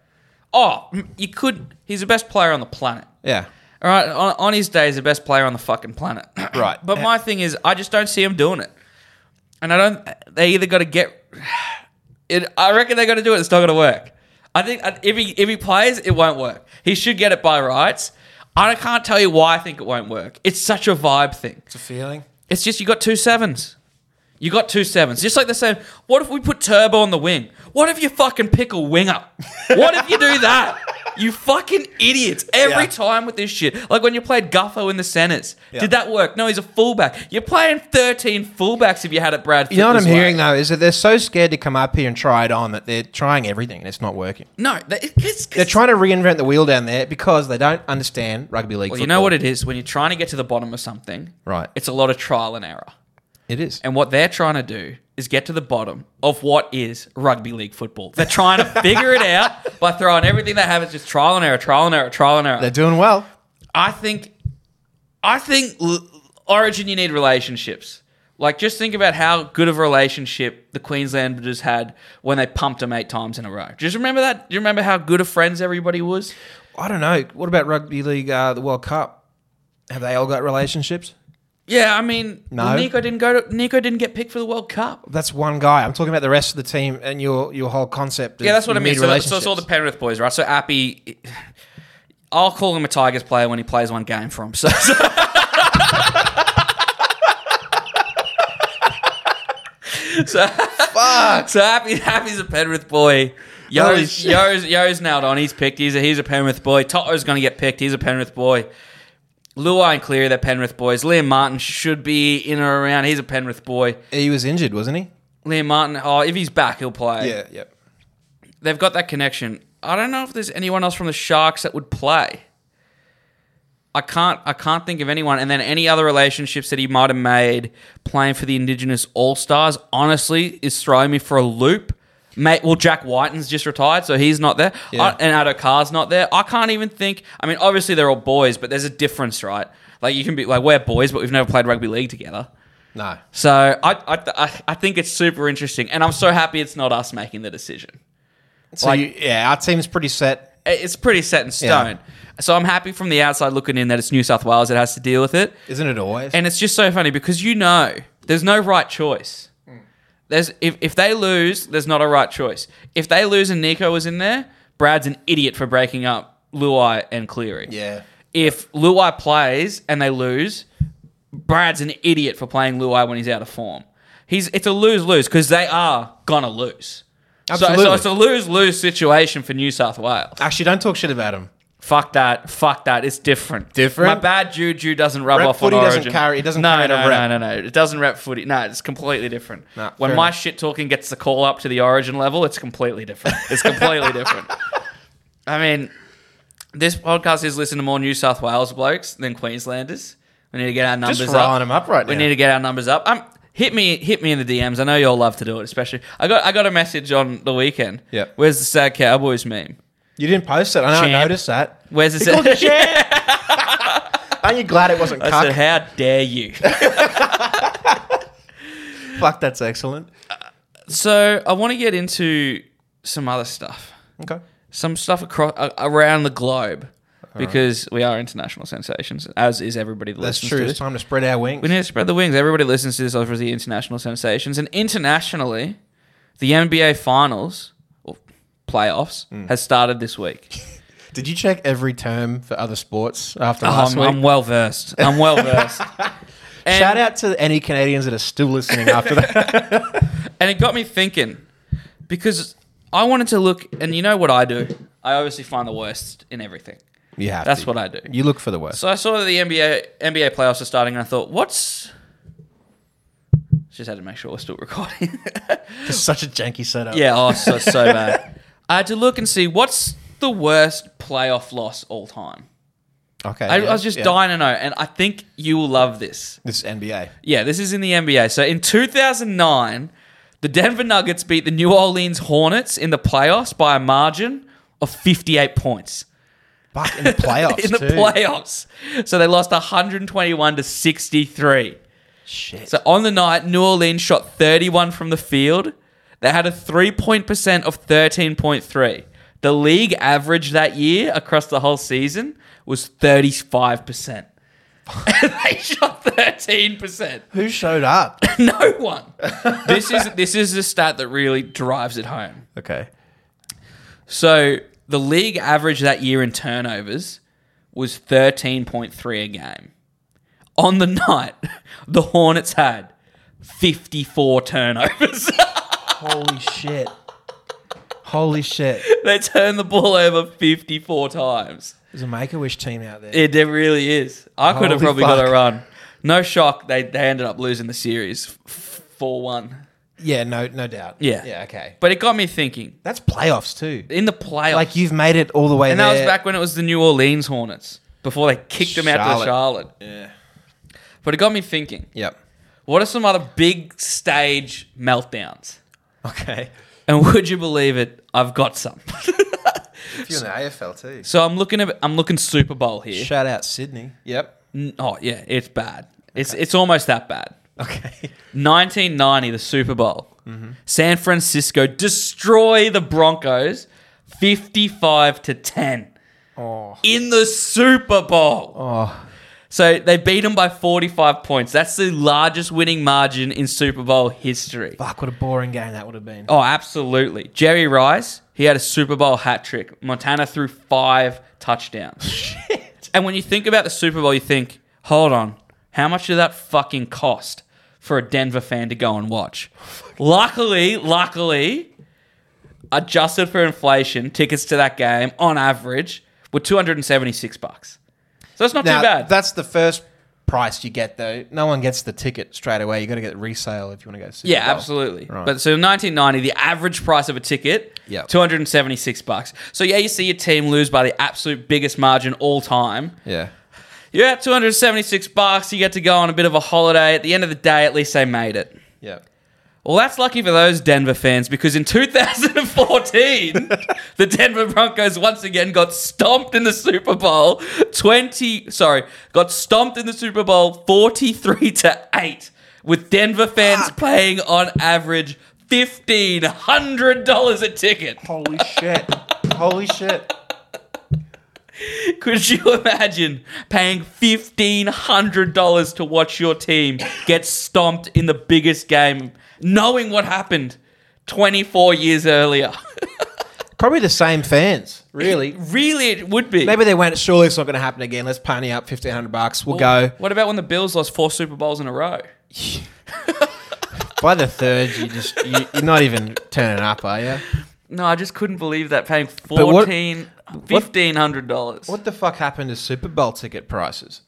A: Oh, m- you could. He's the best player on the planet.
B: Yeah.
A: All right, on, on his day, he's the best player on the fucking planet.
B: Right.
A: but my thing is, I just don't see him doing it. And I don't. They either got to get. It, I reckon they got to do it. It's not going to work. I think uh, if he if he plays, it won't work. He should get it by rights. I can't tell you why I think it won't work. It's such a vibe thing.
B: It's a feeling.
A: It's just you got two sevens. You got two sevens. Just like they're saying, what if we put Turbo on the wing? What if you fucking pick a winger? What if you do that? You fucking idiots. Every
B: Yeah.
A: time with this shit. Like when you played Guffo in the centers.
B: Yeah.
A: Did that work? No, he's a fullback. You're playing 13 fullbacks if you had it, Brad.
B: You know what I'm hearing though is that they're so scared to come up here and try it on that they're trying everything and it's not working.
A: No, they, it's,
B: They're trying to reinvent the wheel down there because they don't understand rugby league.
A: Well, you know what it is? When you're trying to get to the bottom of something,
B: Right.
A: it's a lot of trial and error.
B: It is.
A: And what they're trying to do is get to the bottom of what is rugby league football. They're trying to figure it out by throwing everything they have. It's just trial and error, trial and error, trial and error.
B: They're doing well.
A: I think, I think l- Origin, you need relationships. Like, just think about how good of a relationship the Queenslanders had when they pumped them eight times in a row. Do you remember that? Do you remember how good of friends everybody was?
B: I don't know. What about rugby league? Uh, the World Cup. Have they all got relationships?
A: Yeah, I mean,
B: No.
A: Nico didn't go to Nico didn't get picked for the World Cup.
B: That's one guy. I'm talking about the rest of the team and your your whole concept.
A: Yeah, that's what I mean. So, that- so it's all the
B: the
A: Penrith boys, right? So Appy, I'll call him a Tigers player when he plays one game for him. So, so, so Appy, Appy's a Penrith boy.
B: Holy
A: Yo's,
B: shit.
A: Yo's, Yo's nailed on. He's picked. He's a, he's a Penrith boy. Toto's going to get picked. He's a Penrith boy. Luai and Cleary, they're Penrith boys. Liam Martin should be in or around. He's a Penrith boy.
B: he was injured, wasn't he?
A: Liam Martin, oh, if he's back, he'll play
B: yep.
A: they've got that connection. I don't know if there's anyone else from the Sharks that would play. I can't I can't think of anyone. And then any other relationships that he might have made playing for the Indigenous All Stars, honestly, is throwing me for a loop. Mate, well, Jack Whiten's just retired, so he's not there,
B: Yeah.
A: I- and Ado Carr's not there. I can't even think. I mean, obviously they're all boys, but there's a difference, right? Like you can be like we're boys, but we've never played rugby league together.
B: No.
A: So I I, I, I think it's super interesting, and I'm so happy it's not us making the decision.
B: So you, yeah, our team's pretty set.
A: It's pretty set in stone. So I'm happy from the outside looking in that it's New South Wales that has to deal with it.
B: Isn't it always?
A: And it's just so funny because you know there's no right choice. There's if, if they lose, there's not a right choice. If they lose and Nico was in there, Brad's an idiot for breaking up Luai and Cleary.
B: yeah.
A: If Luai plays and they lose, Brad's an idiot for playing Luai when he's out of form. He's it's a lose lose because they are gonna lose. So- So,
B: Absolutely.
A: it's a lose lose situation for New South Wales.
B: Actually, don't talk shit about him.
A: Fuck that. Fuck that. It's different.
B: Different?
A: My bad juju doesn't rub
B: Rep
A: off
B: footy
A: on
B: doesn't
A: Origin.
B: carry- it doesn't
A: no,
B: carry the
A: no,
B: rep.
A: No, no, no. It doesn't rep footy. No, it's completely different.
B: Nah,
A: when
B: fair
A: my
B: enough.
A: shit talking gets the call up to the Origin level, it's completely different. It's completely different. I mean, this podcast is listening to more New South Wales blokes than Queenslanders. We need to get our numbers up.
B: riling 'em up right
A: we
B: now.
A: need to get our numbers up. Um, hit me, hit me in the DMs. I know you all love to do it, especially. I got, I got a message on the weekend.
B: Yep.
A: Where's the sad Cowboys meme?
B: You didn't post it. I know. I
A: Champ.
B: noticed that.
A: Where's the
B: He called
A: sad?
B: you champ. Aren't you glad it wasn't
A: I
B: cuck?
A: said, "How dare you?"
B: Fuck, that's excellent.
A: so I want to get into some other stuff,
B: Okay.
A: some stuff across uh, around the globe, because we are international sensations, as is everybody that
B: That's
A: listens
B: true.
A: to
B: It's
A: this.
B: time to spread our wings.
A: We need to spread the wings. Everybody that listens to this over the international sensations, and internationally, the NBA finals or playoffs
B: Hmm.
A: has started this week.
B: Did you check every term for other sports after last
A: Um, I'm,
B: week?
A: I'm well versed. I'm well versed. And-
B: Shout out to any Canadians that are still listening after that.
A: And it got me thinking because I wanted to look, and you know what I do? I obviously find the worst in everything.
B: You have
A: That's
B: to.
A: what I do.
B: You look for the worst.
A: So I saw that the NBA NBA playoffs are starting, and I thought, what's. Just had to make sure we're still recording.
B: It's such a janky setup.
A: yeah, oh, so, so bad. I had to look and see what's the worst playoff loss all time.
B: Okay.
A: I,
B: yeah,
A: I was just
B: yeah.
A: dying to know, and I think you will love this.
B: This is NBA.
A: Yeah, this is in the NBA. So in 2009, the Denver Nuggets beat the New Orleans Hornets in the playoffs by a margin of 58 points
B: Fuck, in the playoffs.
A: in the
B: too.
A: playoffs. So they lost 121 to 63.
B: Shit.
A: So on the night, New Orleans shot 31 from the field. They had a three point percent of 13.3. The league average that year across the whole season was 35%. and they shot 13%.
B: Who showed up?
A: No one. this is this is the stat that really drives it home.
B: okay.
A: So the league average that year in turnovers was thirteen point three a game. On the night, the Hornets had fifty four turnovers.
B: Holy shit. Holy shit.
A: they turned the ball over fifty four times.
B: There's a make a wish team out there.
A: It, it really is. I could have
B: Holy
A: probably got a
B: fuck.
A: run. No shock. They they ended up losing the series four one.
B: yeah, no no doubt.
A: Yeah.
B: Yeah, okay.
A: But it got me thinking.
B: That's playoffs too.
A: In the playoffs,
B: Like you've made it all the way
A: And
B: there.
A: that was back when it was the New Orleans Hornets before they kicked them out to
B: Charlotte.
A: Charlotte. Yeah. But it got me thinking.
B: Yep.
A: What are some other big stage meltdowns?
B: Okay.
A: And would you believe it? I've got some.
B: If you're in the AFL too.
A: so I'm looking at I'm looking Super Bowl here.
B: Shout out Sydney. Yep.
A: N- oh yeah, it's bad. It's it's almost that bad.
B: Okay.
A: 1990, the Super Bowl. San Francisco destroy the Broncos, 55 to 10. In the Super Bowl. So they beat them by 45 points. That's the largest winning margin in Super Bowl history.
B: Fuck, what a boring game that would have been.
A: Oh, absolutely. Jerry Rice, he had a Super Bowl hat trick. Montana threw five touchdowns. Shit. And when you think about the Super Bowl, you think, hold on, how much did that fucking cost for a Denver fan to go and watch? luckily, luckily, adjusted for inflation, tickets to that game on average were 276 bucks. So it's not
B: now,
A: too bad.
B: That's the first price you get though. No one gets the ticket straight away. You got to get resale if you want to go. Super
A: Yeah,
B: Bowl.
A: absolutely.
B: Right.
A: But so in 1990, the average price of a ticket,
B: Yep.
A: 276 bucks. So yeah, you see your team lose by the absolute biggest margin all time.
B: Yeah.
A: You're at 276 bucks. You get to go on a bit of a holiday. At the end of the day, at least they made it.
B: Yeah.
A: Well, that's lucky for those Denver fans because in 2014, the Denver Broncos once again got stomped in the Super Bowl 20, sorry, got stomped in the Super Bowl 43 to 8 with Denver fans paying on average $1500 a ticket.
B: Holy shit. Holy shit.
A: Could you imagine paying $1500 to watch your team get stomped in the biggest game knowing what happened 24 years earlier?
B: Probably the same fans, really.
A: Really, it would be.
B: Maybe they went, surely it's not going to happen again. Let's pony up 1500 bucks. We'll go.
A: What about when the Bills lost four Super Bowls in a row?
B: By the third, you just, you, you're not even turning up, are you?
A: No, I just couldn't believe that paying
B: what-
A: fourteen, fifteen hundred dollars.
B: What the fuck happened to Super Bowl ticket prices?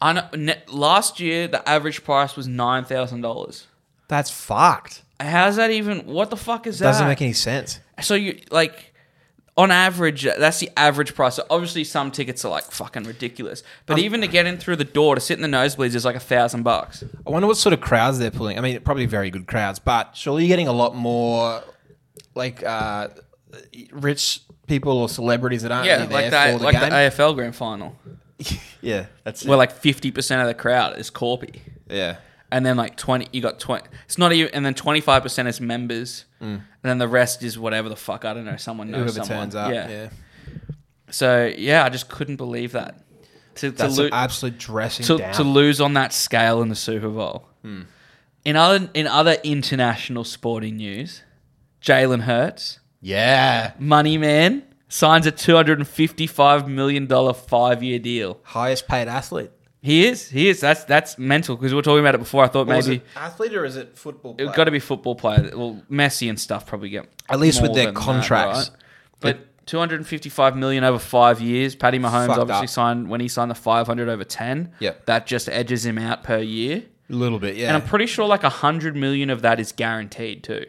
A: I know, ne- last year the average price was nine thousand dollars.
B: That's fucked.
A: How's that even? What the fuck is
B: Doesn't
A: that?
B: make any sense.
A: so you like, on average, that's the average price. So obviously, some tickets are like fucking ridiculous. But even to get in through the door to sit in the nosebleeds is like a thousand bucks.
B: I wonder what sort of crowds they're pulling. I mean, probably very good crowds, but surely you're getting a lot more like uh, rich people or celebrities that aren't
A: Yeah,
B: really
A: like
B: there
A: that,
B: for the
A: like the
B: game.
A: AFL grand final,
B: yeah, that's
A: where like fifty percent of the crowd is corpy.
B: it. Yeah.
A: and then like 20 you got 20 it's not even and then 25% is members and then the rest is whatever the fuck i don't know someone knows
B: Mm. Whoever
A: Oh, someone
B: turns up. Yeah.
A: so yeah i just couldn't believe that to, to,
B: That's
A: lo-
B: an absolute dressing
A: to,
B: down.
A: to lose on that scale in the super bowl
B: Hmm.
A: in other in other international sporting news jalen hurts
B: yeah.
A: money man signs a $255 million five-year deal
B: Highest paid athlete.
A: he is he is that's that's mental because we were talking about it before i thought
B: Or is
A: maybe
B: it athlete or is it football
A: It's
B: player?
A: got to be football player. Well, Messi and stuff probably get
B: At least with
A: more
B: their
A: than that,
B: contracts.
A: right? But 255 million over five years. Paddy Mahomes
B: Fucked
A: obviously
B: up.
A: signed when he signed the 500 over 10.
B: Yep.
A: that just edges him out per year.
B: a little bit, yeah.
A: And I'm pretty sure like 100 million of that is guaranteed too.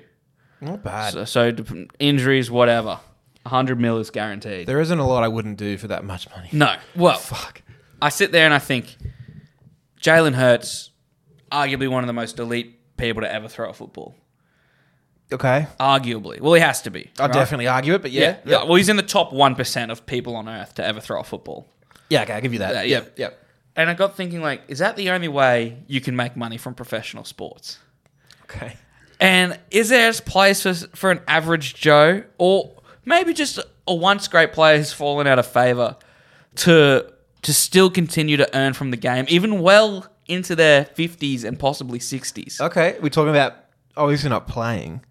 B: Not bad.
A: So, so dep- injuries, whatever, 100 mil is guaranteed.
B: there isn't a lot I wouldn't do for that much money.
A: no, well,
B: Fuck.
A: I sit there and I think Jalen Hurts, arguably one of the most elite people to ever throw a football.
B: Okay.
A: Arguably, well, he has to be.
B: I'll
A: right?
B: definitely argue it, but
A: Yeah.
B: yeah.
A: yeah. Well, he's in the top 1% of people on earth to ever throw a football.
B: Yeah, okay, I'll give you that.
A: Yeah,
B: yeah,
A: yeah.
B: yeah.
A: And I got thinking, like, is that the only way you can make money from professional sports?
B: Okay.
A: And is there a place for, for an average Joe or maybe just a once great player who's fallen out of favor to to still continue to earn from the game, even well into their 50s and possibly 60s?
B: Okay, we're talking about obviously not playing.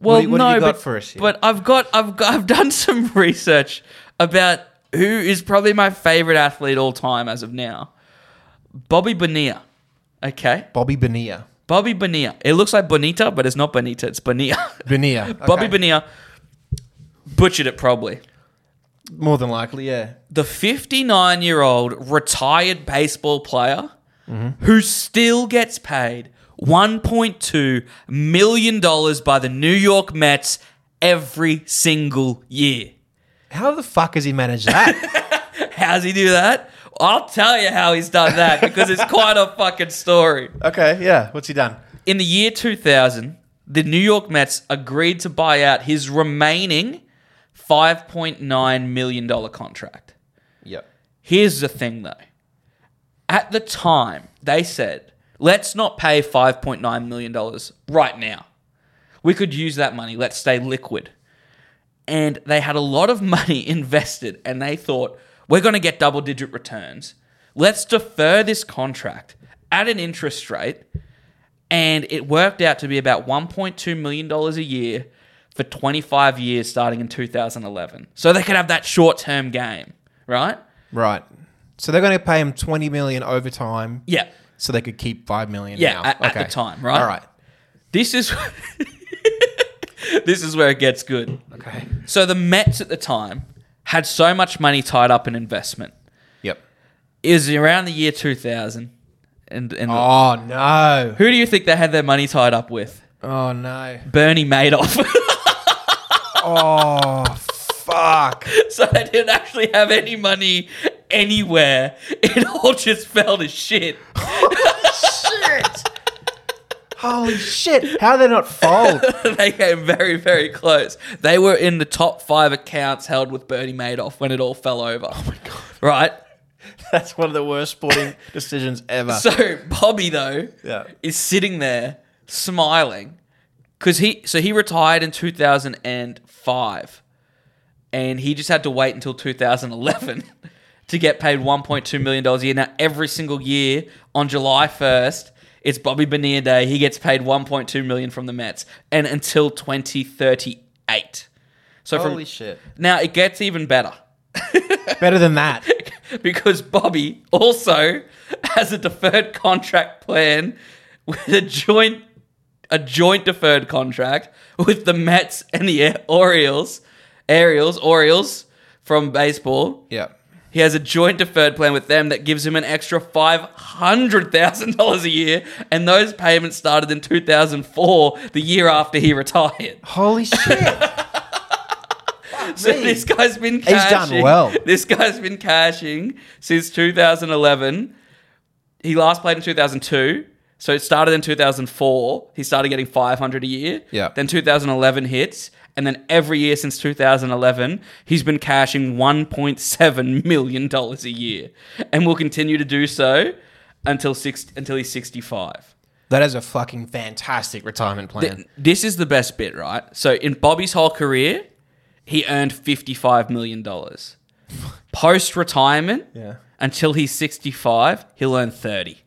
A: Well,
B: do you- what
A: no,
B: have you got
A: but,
B: for us here?
A: but I've got I've got, I've done some research about who is probably my favorite athlete all time as of now, Bobby Bonilla. Okay,
B: Bobby Bonilla.
A: Bobby Bonilla. It looks like Bonita, but it's not Bonita. It's Bonilla.
B: Bonilla.
A: Bobby
B: Okay.
A: Bonilla butchered it probably.
B: More than likely, yeah.
A: The 59 year old retired baseball player who still gets paid $1.2 million by the New York Mets every single year.
B: How the fuck has he managed that?
A: How's he do that? I'll tell you how he's done that because it's quite a fucking story.
B: okay, yeah. What's he done?
A: In the year 2000, the New York Mets agreed to buy out his remaining $5.9 million contract.
B: Yep.
A: Here's the thing, though. At the time, they said, let's not pay $5.9 million right now. We could use that money. Let's stay liquid. And they had a lot of money invested, and they thought, we're going to get double digit returns. Let's defer this contract at an interest rate. And it worked out to be about $1.2 million a year for 25 years starting in 2011. So they could have that short term game, right?
B: Right. So they're going to pay him 20 million overtime
A: Yeah.
B: so they could keep 5 million
A: Yeah,
B: now.
A: at- at the time, right?
B: All right.
A: This is This is where it gets good.
B: Okay.
A: So the Mets at the time had so much money tied up in investment.
B: Yep.
A: It was around the year 2000 and and
B: Oh no.
A: who do you think they had their money tied up with?
B: Oh no.
A: Bernie Madoff.
B: Oh fuck. Oh,
A: so they didn't actually have any money anywhere. It all just fell to shit.
B: Holy shit! How they not fold?
A: they came very, very close. They were in the top five accounts held with Bernie Madoff when it all fell over. Oh my god! Right.
B: That's one of the worst sporting decisions ever.
A: So Bobby though
B: Yeah.
A: is sitting there smiling because he so he retired in 2005 and he just had to wait until 2011 to get paid 1.2 million dollars a year. Now every single year on July 1st. It's Bobby Bonilla Day. He gets paid 1.2 million from the Mets, and until 2038. So from,
B: shit!
A: now it gets even better
B: Better than that.
A: because Bobby also has a deferred contract plan with a joint a joint deferred contract with the Mets and the A- Orioles, Ariels, Orioles from baseball.
B: Yeah.
A: He has a joint deferred plan with them that gives him an extra five hundred thousand dollars a year, and those payments started in two thousand four, the year after he retired.
B: Holy shit!
A: So
B: me.
A: this guy's been cashing.
B: done well.
A: This guy's been cashing since 2011. He last played in 2002. So it started in 2004. He started getting 500 a year.
B: Yeah.
A: Then 2011 hits, and then every year since 2011, he's been cashing 1.7 million dollars a year, and will continue to do so until six until he's 65.
B: that is a fucking fantastic retirement plan.
A: Th- This is the best bit, right? So in Bobby's whole career, he earned fifty-five million dollars. Post retirement,
B: Yeah.
A: until he's sixty-five, he'll earn thirty.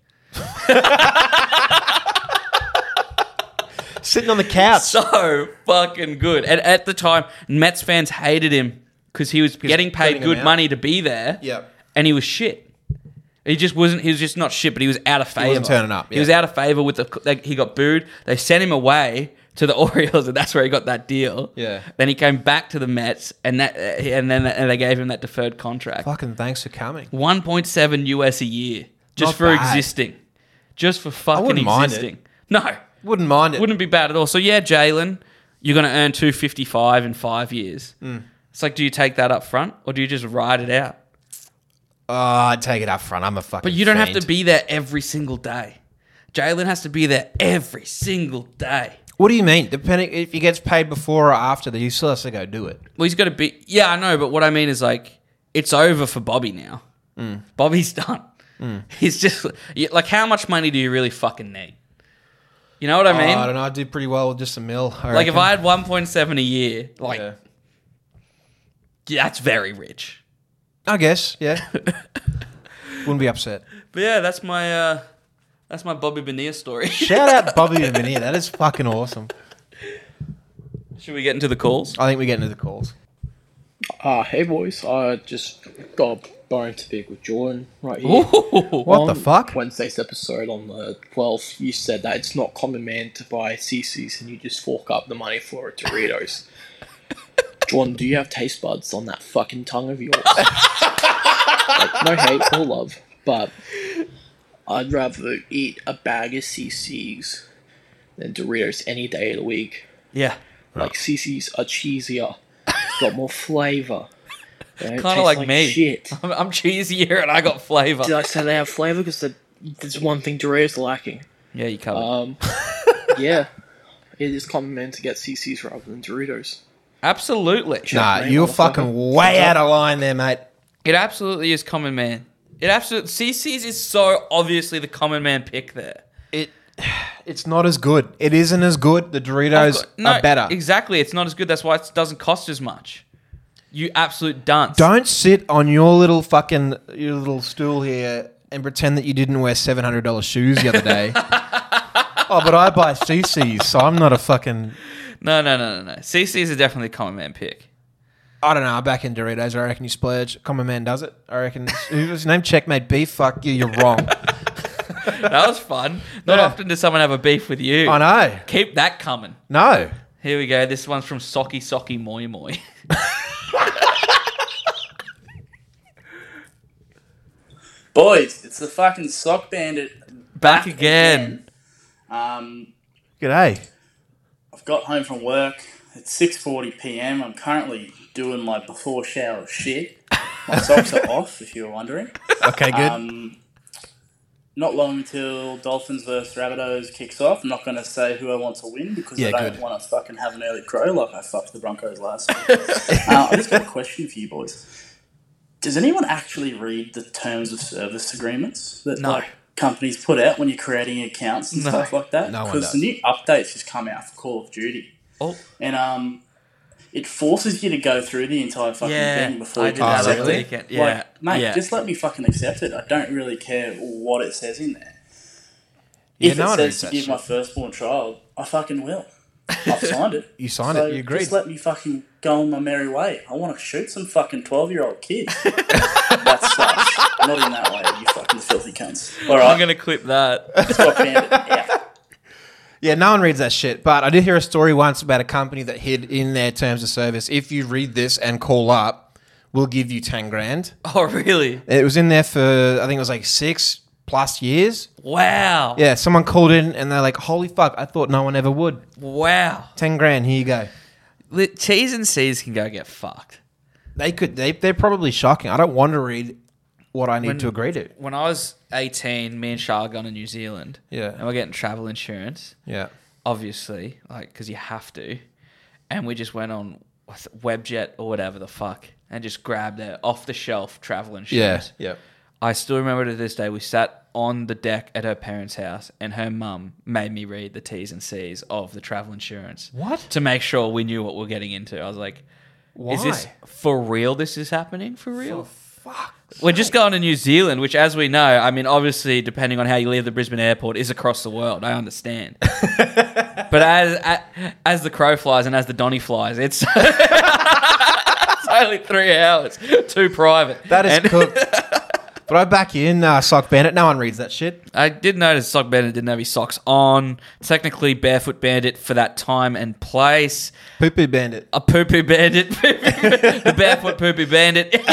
B: Sitting on the couch.
A: So fucking good. And at the time, Mets fans hated him because he was getting paid
B: cutting them
A: good
B: out.
A: money to be there.
B: Yep.
A: and he was shit. He just wasn't. He was just not shit, but he was out of favor.
B: wasn't turning up,
A: He was
B: yeah.
A: out of favor with the. Like, he got booed. They sent him away to the Orioles, and that's where he got that deal.
B: Yeah.
A: Then he came back to the Mets, and that, eh, and then and they gave him that deferred contract.
B: fucking thanks for coming.
A: One point seven US a year just
B: Not
A: for
B: bad.
A: existing, just for fucking
B: wouldn't mind it.
A: existing. No,
B: Wouldn't mind it.
A: wouldn't be bad at all. So yeah, Jalen, you're going to earn two fifty five in five years.
B: Mm.
A: It's like, do you take that up front, or do you just ride it out?
B: Oh, I'd take it up front. I'm a fucking.
A: But you don't have
B: fiend.
A: to be there every single day. Jalen has to be there every single day.
B: What do you mean? Depending if he gets paid before or after, that he still has to go do it.
A: Well, he's got to be. Yeah, I know. But what I mean is, like, it's over for Bobby now.
B: Mm.
A: Bobby's done. He's just you- like, how much money do you really fucking need? You know what I mean?
B: Oh, I don't know. I do pretty well with just a mill.
A: like, if I had one point seven a year, like, yeah. that's very rich.
B: I guess, yeah. Wouldn't be upset.
A: But yeah, that's my uh, that's my Bobby Bonilla story.
B: Shout out Bobby Vinny. That is fucking awesome.
A: Should we get into the calls?
B: I think we get into the calls.
D: Uh, hey boys, I just got a bone to pick with Jordan right
A: Ooh.
D: here.
B: What the
D: On
B: fuck?
D: Wednesday's episode on the 12th, you said that it's not common man to buy CC's and you just fork up the money for a Doritos. Jordan, do you have taste buds on that fucking tongue of yours? like, no hate, all love, but I'd rather eat a bag of CC's than Doritos any day of the week.
A: Yeah,
D: Like CC's are cheesier, got more flavour. Kind
A: kind of like, me.
D: Shit.
A: I'm, I'm cheesier and I got flavor.
D: Did I say they have flavour? Because there's one thing Doritos are lacking.
A: Yeah, you covered.
B: Uh,
D: Um, yeah, it is common man to get CC's rather than Doritos.
A: absolutely.
B: Nah,
D: Checkmate,
B: you're
D: motherfucker.
B: fucking way out of line there, mate.
A: It absolutely is common man. It absolutely CC's is so obviously the common man pick there.
B: It, it's not as good. It isn't as good. The Doritos are better.
A: Exactly. It's not as good. That's why it doesn't cost as much. You absolute dunce.
B: Don't sit on your little fucking your little stool here and pretend that you didn't wear seven hundred dollars shoes the other day. oh, but I buy CC's, so I'm not a fucking.
A: No, no, no, no, no. CC's is definitely a common man pick.
B: I don't know. I'm back in Doritos. I reckon you splurge. Common man does it. I reckon. Who was his name? Checkmate B. Fuck you. You're wrong.
A: That was fun. Not
B: Yeah.
A: often does someone have a beef with you.
B: I know.
A: Keep that coming.
B: No.
A: Here we go. This one's from Socky Socky Moi Moi.
E: Boys, it's the fucking sock bandit.
A: Back again.
E: Um,
B: G'day.
E: I've got home from work. It's 6:40 p.m. I'm currently doing my before shower shit. My socks are off, if you were wondering.
B: Okay, good.
E: Um, not long until Dolphins versus Rabbitohs kicks off. I'm not going to say who I want to win because
B: Yeah,
E: I don't
B: good.
E: want to fucking have an early crow like I fucked the Broncos last week. uh, I just got a question for you boys. Does anyone actually read the terms of service agreements that
A: No.
E: like, companies put out when you're creating accounts and
A: No.
E: stuff like that?
B: No one
E: Because the
B: does.
E: new updates just come out for Call of Duty.
A: Oh.
E: And um, it forces you to go through the entire fucking
A: Yeah,
E: thing before
A: I
E: you
A: did
E: can
A: that
E: accept
A: over the
E: it.
B: really?
A: weekend. Yeah,
E: Like, mate,
A: yeah.
E: just let me fucking accept it. I don't really care what it says in there.
B: Yeah,
E: if
B: no
E: it
B: one
E: says
B: reads
E: to
B: that
E: give
B: shit.
E: my firstborn child, I fucking will. I've signed it.
B: You signed
E: So
B: it. You agreed.
E: Just let me fucking go on my merry way. I want to shoot some fucking twelve-year-old kid. that sucks. Not in that way, you fucking filthy cunts. All
A: I'm
E: right,
A: gonna clip that.
E: stop bandit. Out.
B: Yeah, no one reads that shit. But I did hear a story once about a company that hid in their terms of service. If you read this and call up, we'll give you ten grand.
A: Oh, really?
B: It was in there for I think it was like six plus years.
A: Wow.
B: Yeah, someone called in and they're like, "Holy fuck! I thought no one ever would.
A: Wow.
B: Ten grand. Here you go."
A: Li- Cheese and C's can go get fucked.
B: They could. They they're probably shocking. I don't want to read what I need to agree to.
A: When I was 18, me and Shah gone to New Zealand.
B: Yeah.
A: And we're getting travel insurance,
B: Yeah.
A: obviously, like, because you have to. And we just went on with Webjet or whatever the fuck and just grabbed their off the shelf travel
B: Yeah.
A: insurance.
B: Yeah.
A: I still remember to this day, we sat on the deck at her parents' house, and her mum made me read the T's and C's of the travel insurance.
B: What?
A: To make sure we knew what we we're getting into. I was like,
B: Why?
A: is this for real? This is happening for real?
B: fuck.
A: We're just going to New Zealand, which, as we know, I mean, obviously, depending on how you leave the Brisbane airport, is across the world. I understand. but as, as as the crow flies and as the Donny flies, it's. It's only three hours. Too private.
B: That is
A: And-
B: cooked. but I back you in uh, sock bandit. No one reads that shit.
A: I did notice Sock Bandit didn't have his socks on. Technically, Barefoot Bandit for that time and place.
B: Poo poo bandit.
A: A poo poo bandit. the Barefoot poo poo bandit.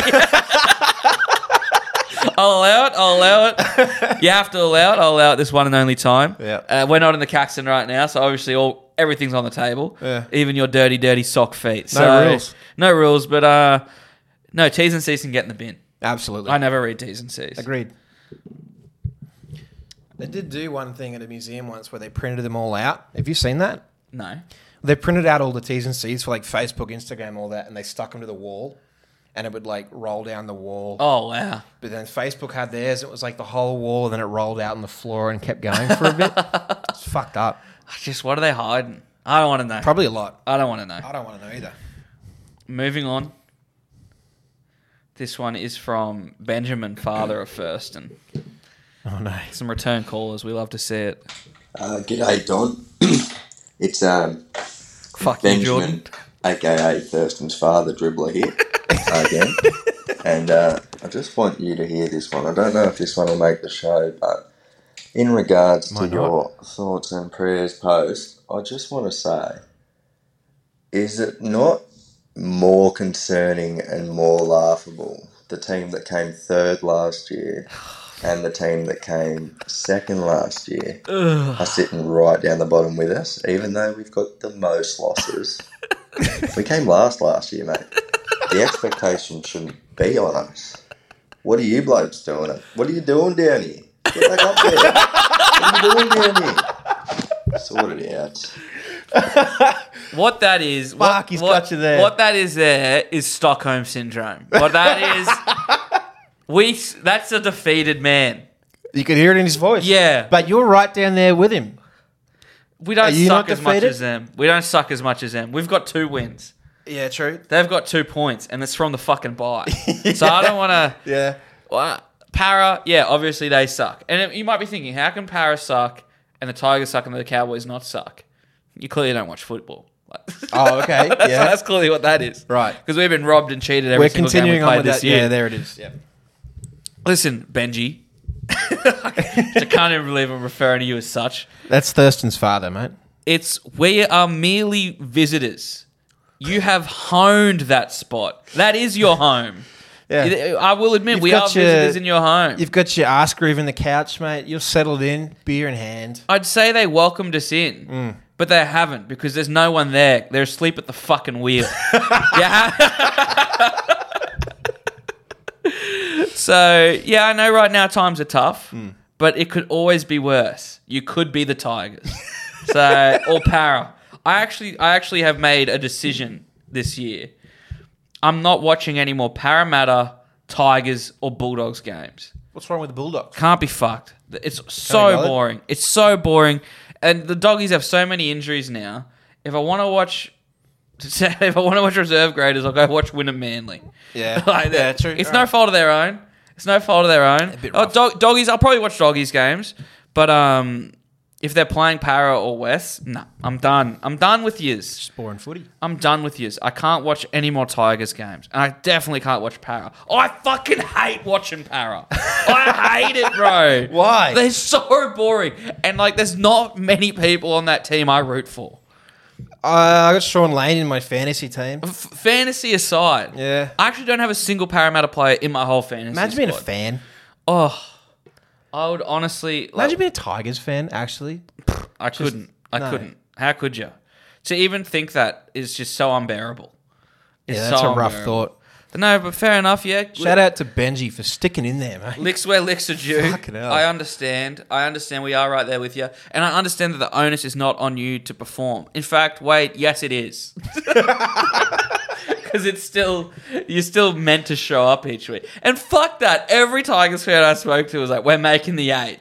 A: I'll allow it. I'll allow it. You have to allow it. I'll allow it this one and only time.
B: Yeah.
A: Uh, we're not in the Caxton right now, so obviously all everything's on the table.
B: Yeah.
A: Even your dirty, dirty sock feet.
B: No
A: So,
B: rules.
A: No rules, but uh, no, T's and C's can get in the bin.
B: Absolutely.
A: I never read T's and C's.
B: Agreed. They did do one thing at a museum once where they printed them all out. Have you seen that?
A: No.
B: They printed out all the T's and C's for like Facebook, Instagram, all that, and they stuck them to the wall, and it would like roll down the wall.
A: Oh, wow.
B: But then Facebook had theirs. It was like the whole wall, and then it rolled out on the floor and kept going for a bit. it's fucked up.
A: Just what are they hiding? I don't want to know.
B: Probably a lot.
A: I don't want to know.
B: I don't want to know either.
A: Moving on. This one is from Benjamin, father of Thurston.
B: Oh no.
A: Some return callers. We love to see it.
F: Uh, g'day, Don. it's um,
A: Fuck you,
F: Benjamin,
A: Jordan.
F: aka Thurston's father, dribbler here again. And uh, I just want you to hear this one. I don't know if this one will make the show, but in regards to
B: Might not.
F: your thoughts and prayers post, I just want to say is it not more concerning and more laughable the team that came third last year and the team that came second last year? are sitting right down the bottom with us, even though we've got the most losses. we came last last year, mate. The expectation shouldn't be on us. What are you blokes doing? It? What are you doing down here? Get back up there. What are you doing down here? Sort it out.
A: What that is, what-
B: Fuck, he's
A: what,
B: got you there.
A: What that is there is Stockholm syndrome. What that is, we. That's a defeated man.
B: You could hear it in his voice.
A: Yeah.
B: But you're right down there with him.
A: We
B: Are
A: don't
B: you
A: suck
B: not
A: as much
B: defeated?
A: as them. We don't suck as much as them. We've got two wins.
B: Yeah, true.
A: They've got two points, and it's from the fucking bye. So I don't want to.
B: Yeah.
A: Well, Para, yeah, obviously they suck. And you might be thinking, how can Para suck and the Tigers suck and the Cowboys not suck? You clearly don't watch football. Like-
B: Oh, okay.
A: that's,
B: yeah.
A: that's clearly what that is.
B: Right.
A: Because we've been robbed and cheated every
B: We're
A: single game we
B: continuing on
A: played
B: with
A: this
B: that.
A: year.
B: Yeah, there it is. Yeah.
A: Listen, Benji. I can't even believe I'm referring to you as such.
B: That's Thurston's father, mate.
A: It's we are merely visitors. You have honed that spot. That is your home.
B: Yeah.
A: I will admit,
B: You've
A: we
B: got
A: are
B: your-
A: visitors in your home.
B: You've got your ass groove in the couch, mate. You're settled in, beer in hand.
A: I'd say they welcomed us in, but they haven't because there's no one there. They're asleep at the fucking wheel. yeah. So yeah, I know right now times are tough, but it could always be worse. You could be the Tigers, so or para. I actually, I actually have made a decision this year. I'm not watching any more Parramatta, Tigers, or Bulldogs games.
B: What's wrong with the Bulldogs?
A: Can't be fucked. It's
B: Tony
A: so
B: Ballard?
A: boring. It's so boring. And the doggies have so many injuries now. If I want to watch, if I want to watch reserve graders, I'll go watch Wynnum Manly.
B: Yeah.
A: Like,
B: Yeah, true.
A: It's
B: All
A: no
B: right.
A: fault of their own. It's no fault of their own.
B: bit
A: oh,
B: rough.
A: dog, doggies. I'll probably watch doggies games, but um, if they're playing Para or West, no, I'm done. I'm done with yous.
B: Boring footy.
A: I'm done with yous. I can't watch any more Tigers games. And I definitely can't watch Para. I fucking hate watching Para. I hate it, bro.
B: Why?
A: They're so boring. And like there's not many people on that team I root for.
B: Uh, I got Sean Lane in my fantasy team.
A: F- fantasy aside.
B: Yeah.
A: I actually don't have a single Parramatta player in my whole fantasy.
B: Imagine being a
A: squad.
B: fan.
A: Oh. I would honestly like,
B: Imagine being a Tigers fan, actually.
A: I couldn't. I
B: no.
A: couldn't. How could you? To even think that is just so unbearable. It's
B: Yeah, that's
A: so
B: a rough
A: unbearable.
B: thought.
A: No, but fair enough, yeah.
B: Shout out to Benji for sticking in there, mate.
A: Licks where licks are due.
B: Fucking hell.
A: I understand. I understand. We are right there with you, and I understand that the onus is not on you to perform. In fact, wait, yes, it is, because it's still you're still meant to show up each week. And fuck that. Every Tigers fan I spoke to was like, "We're making the eight.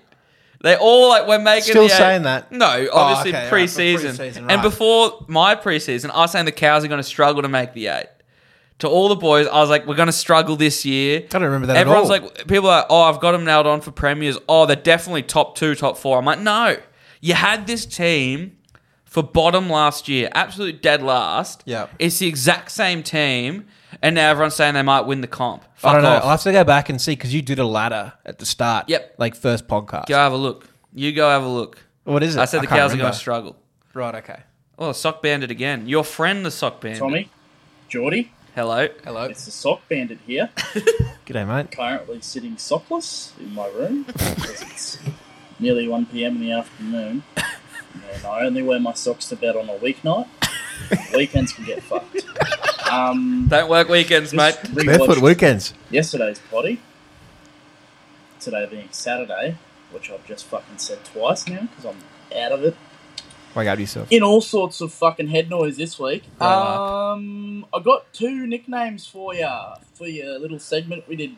A: They all like we're making
B: Still
A: the eight."
B: saying that?
A: No,
B: Oh,
A: obviously
B: okay, right, for
A: preseason.
B: preseason,
A: And
B: right.
A: before my preseason, I was saying the cows are going to struggle to make the eight. To all the boys, I was like, "We're going to struggle this year."
B: I don't remember that at
A: Everyone's
B: all.
A: like, people are like, oh, I've got them nailed on for premiers. Oh, they're definitely top two, top four. I'm like, no, you had this team for bottom last year, absolute dead last.
B: Yeah.
A: it's the exact same team, and now everyone's saying they might win the comp. Fuck
B: I don't know.
A: off.
B: I'll have to go back and see because you did a ladder at the start.
A: Yep.
B: Like first podcast.
A: Go have a look. You go have a look.
B: What is it?
A: I said the
B: can't
A: cows are going
B: remember.
A: to struggle.
B: Right, okay.
A: Oh, sock bandit again. Your friend, the sock bandit.
E: Tommy, Geordie,
A: Hello.
B: Hello.
E: it's the sock bandit here.
B: G'day, mate.
E: Currently sitting sockless in my room. because it's nearly 1 p.m. in the afternoon. And I only wear my socks to bed on a weeknight. Weekends can get fucked. Um,
A: Don't work weekends, mate.
E: just
B: Barefoot
E: rewatched
B: weekends.
E: yesterday's potty. Today being Saturday, which I've just fucking said twice now because I'm out of it.
B: Wake up yourself.
E: in all sorts of fucking head noise this week.
A: Grow up.
E: Um, I got two nicknames for ya for your little segment we did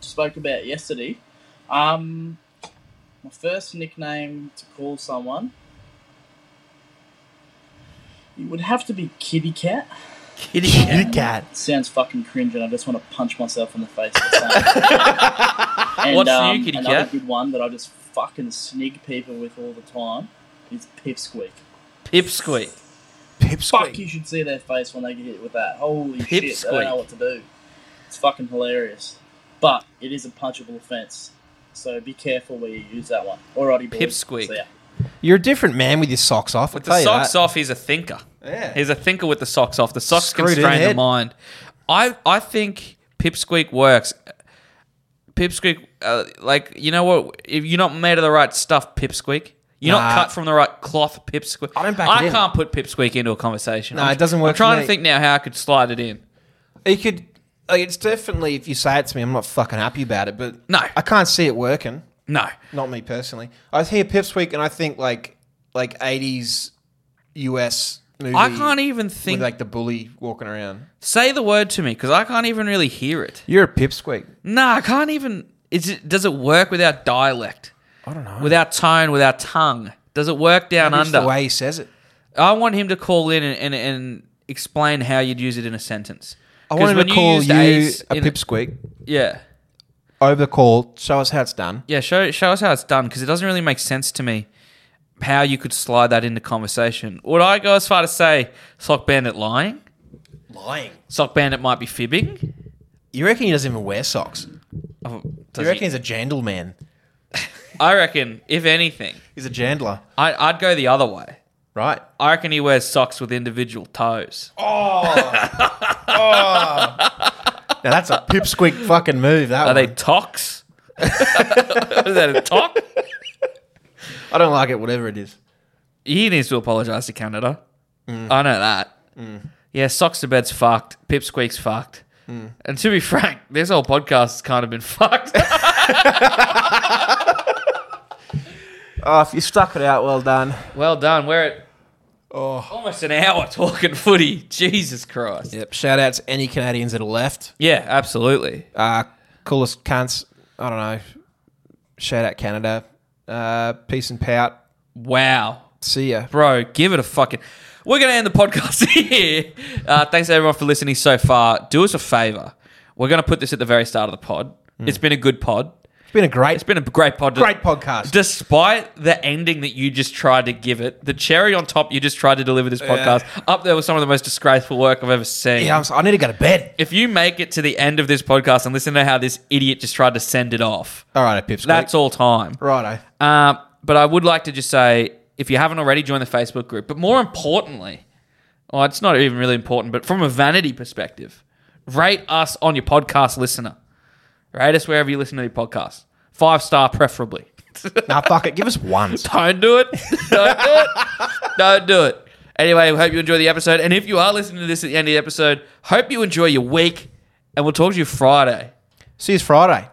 E: spoke about yesterday. Um, my first nickname to call someone it would have to be Kitty Cat.
A: Kitty
B: You cat.
E: It sounds fucking cringe, and I just want to punch myself in the face. For saying it. and, um,
A: What's new, Kitty
E: another
A: Cat?
E: good one that I just fucking snig people with all the time is Pipsqueak.
A: Pipsqueak.
E: Fuck,
B: Pipsqueak.
E: you should see their face when they get hit with that. Holy shit, they don't
A: Pipsqueak.
E: know what to do. It's fucking hilarious. But it is a punchable offence. So be careful where you use that one. Alrighty, boys.
A: Pipsqueak.
E: See ya.
B: You're a different man with your socks off.
A: With
B: I'll
A: the
B: tell
A: socks
B: you
A: off, he's a thinker.
B: Yeah.
A: He's a thinker with the socks off. The socks
B: Screwed in
A: constrain the
B: head.
A: mind. I I think Pipsqueak works. Pipsqueak, uh, like you know what? If you're not made of the right stuff, Pipsqueak. You're not
B: Nah.
A: cut from the right cloth, Pipsqueak. I
B: don't back it in.
A: can't put Pipsqueak into a conversation.
B: No,
A: I'm-
B: it doesn't work
A: I'm trying
B: for
A: to
B: me.
A: think now how I could slide it in.
B: that. You could. Like, it's definitely if you say it to me, I'm not fucking happy about it. But
A: No.
B: I can't see it working.
A: No,
B: Not me personally. I hear Pipsqueak and I think like like 80s US movie.
A: I can't even
B: with
A: think.
B: like the bully walking around.
A: say the word to me because I can't even really hear it.
B: You're a Pipsqueak.
A: No, I can't even. Is it? Does it work without dialect?
B: I don't know.
A: without tone, without tongue. Does it work down
B: It's
A: under?
B: the way he says it.
A: I want him to call in and, and, and explain how you'd use it in a sentence.
B: I want him
A: when
B: to call
A: used
B: you,
A: A's
B: a
A: in-
B: pipsqueak
A: Yeah.
B: over the call. Show us how it's done.
A: Yeah, show, show us how it's done because it doesn't really make sense to me how you could slide that into conversation. Would I go as far to say sock bandit lying?
B: Lying.
A: Sock bandit might be fibbing?
B: You reckon he doesn't even wear socks?
A: Oh,
B: You
A: does
B: reckon
A: he-
B: he's a gentleman?
A: I reckon, if anything,
B: He's a jandler,
A: I, I'd go the other way.
B: right?
A: I reckon he wears socks with individual toes.
B: Now that's a pipsqueak fucking move. That
A: Are
B: one.
A: they tocks? Is that a tock?
B: I don't like it. Whatever it is.
A: he needs to apologize to Canada. I know that. Yeah, socks to bed's fucked. Pipsqueak's fucked. And to be frank, this whole podcast has kind of been fucked.
B: Oh, if you stuck it out, well done.
A: well done. We're at
B: Oh.
A: almost an hour talking footy. Jesus Christ.
B: Yep. Shout out to any Canadians that are left.
A: Yeah, absolutely.
B: Uh, coolest cunts. I don't know. Shout out Canada. Uh, peace and pout.
A: Wow.
B: See ya.
A: bro, give it a fucking. We're gonna end the podcast here. Uh, thanks everyone for listening so far. Do us a favor. We're gonna put this at the very start of the pod. It's been a good pod.
B: It's been a great,
A: It's been a great pod.
B: Hmm. great podcast.
A: Despite the ending that you just tried to give it, the cherry on top you just tried to deliver this podcast up there with some of the most disgraceful work I've ever seen.
B: yeah, I'm, si need to go to bed.
A: if you make it to the end of this podcast and listen to how this idiot just tried to send it off,
B: All right, Pips.
A: that's all time.
B: righto.
A: Um, but I would like to just say, if you haven't already, join the Facebook group. But more importantly, well, it's not even really important, but from a vanity perspective, rate us on your podcast listener. Rate us wherever you listen to your podcast. Five star, preferably.
B: Nah, fuck it. Give us one.
A: Don't do it. Don't do it. Don't do it. Anyway, we hope you enjoy the episode. And if you are listening to this at the end of the episode, hope you enjoy your week. And we'll talk to you Friday.
B: See you Friday.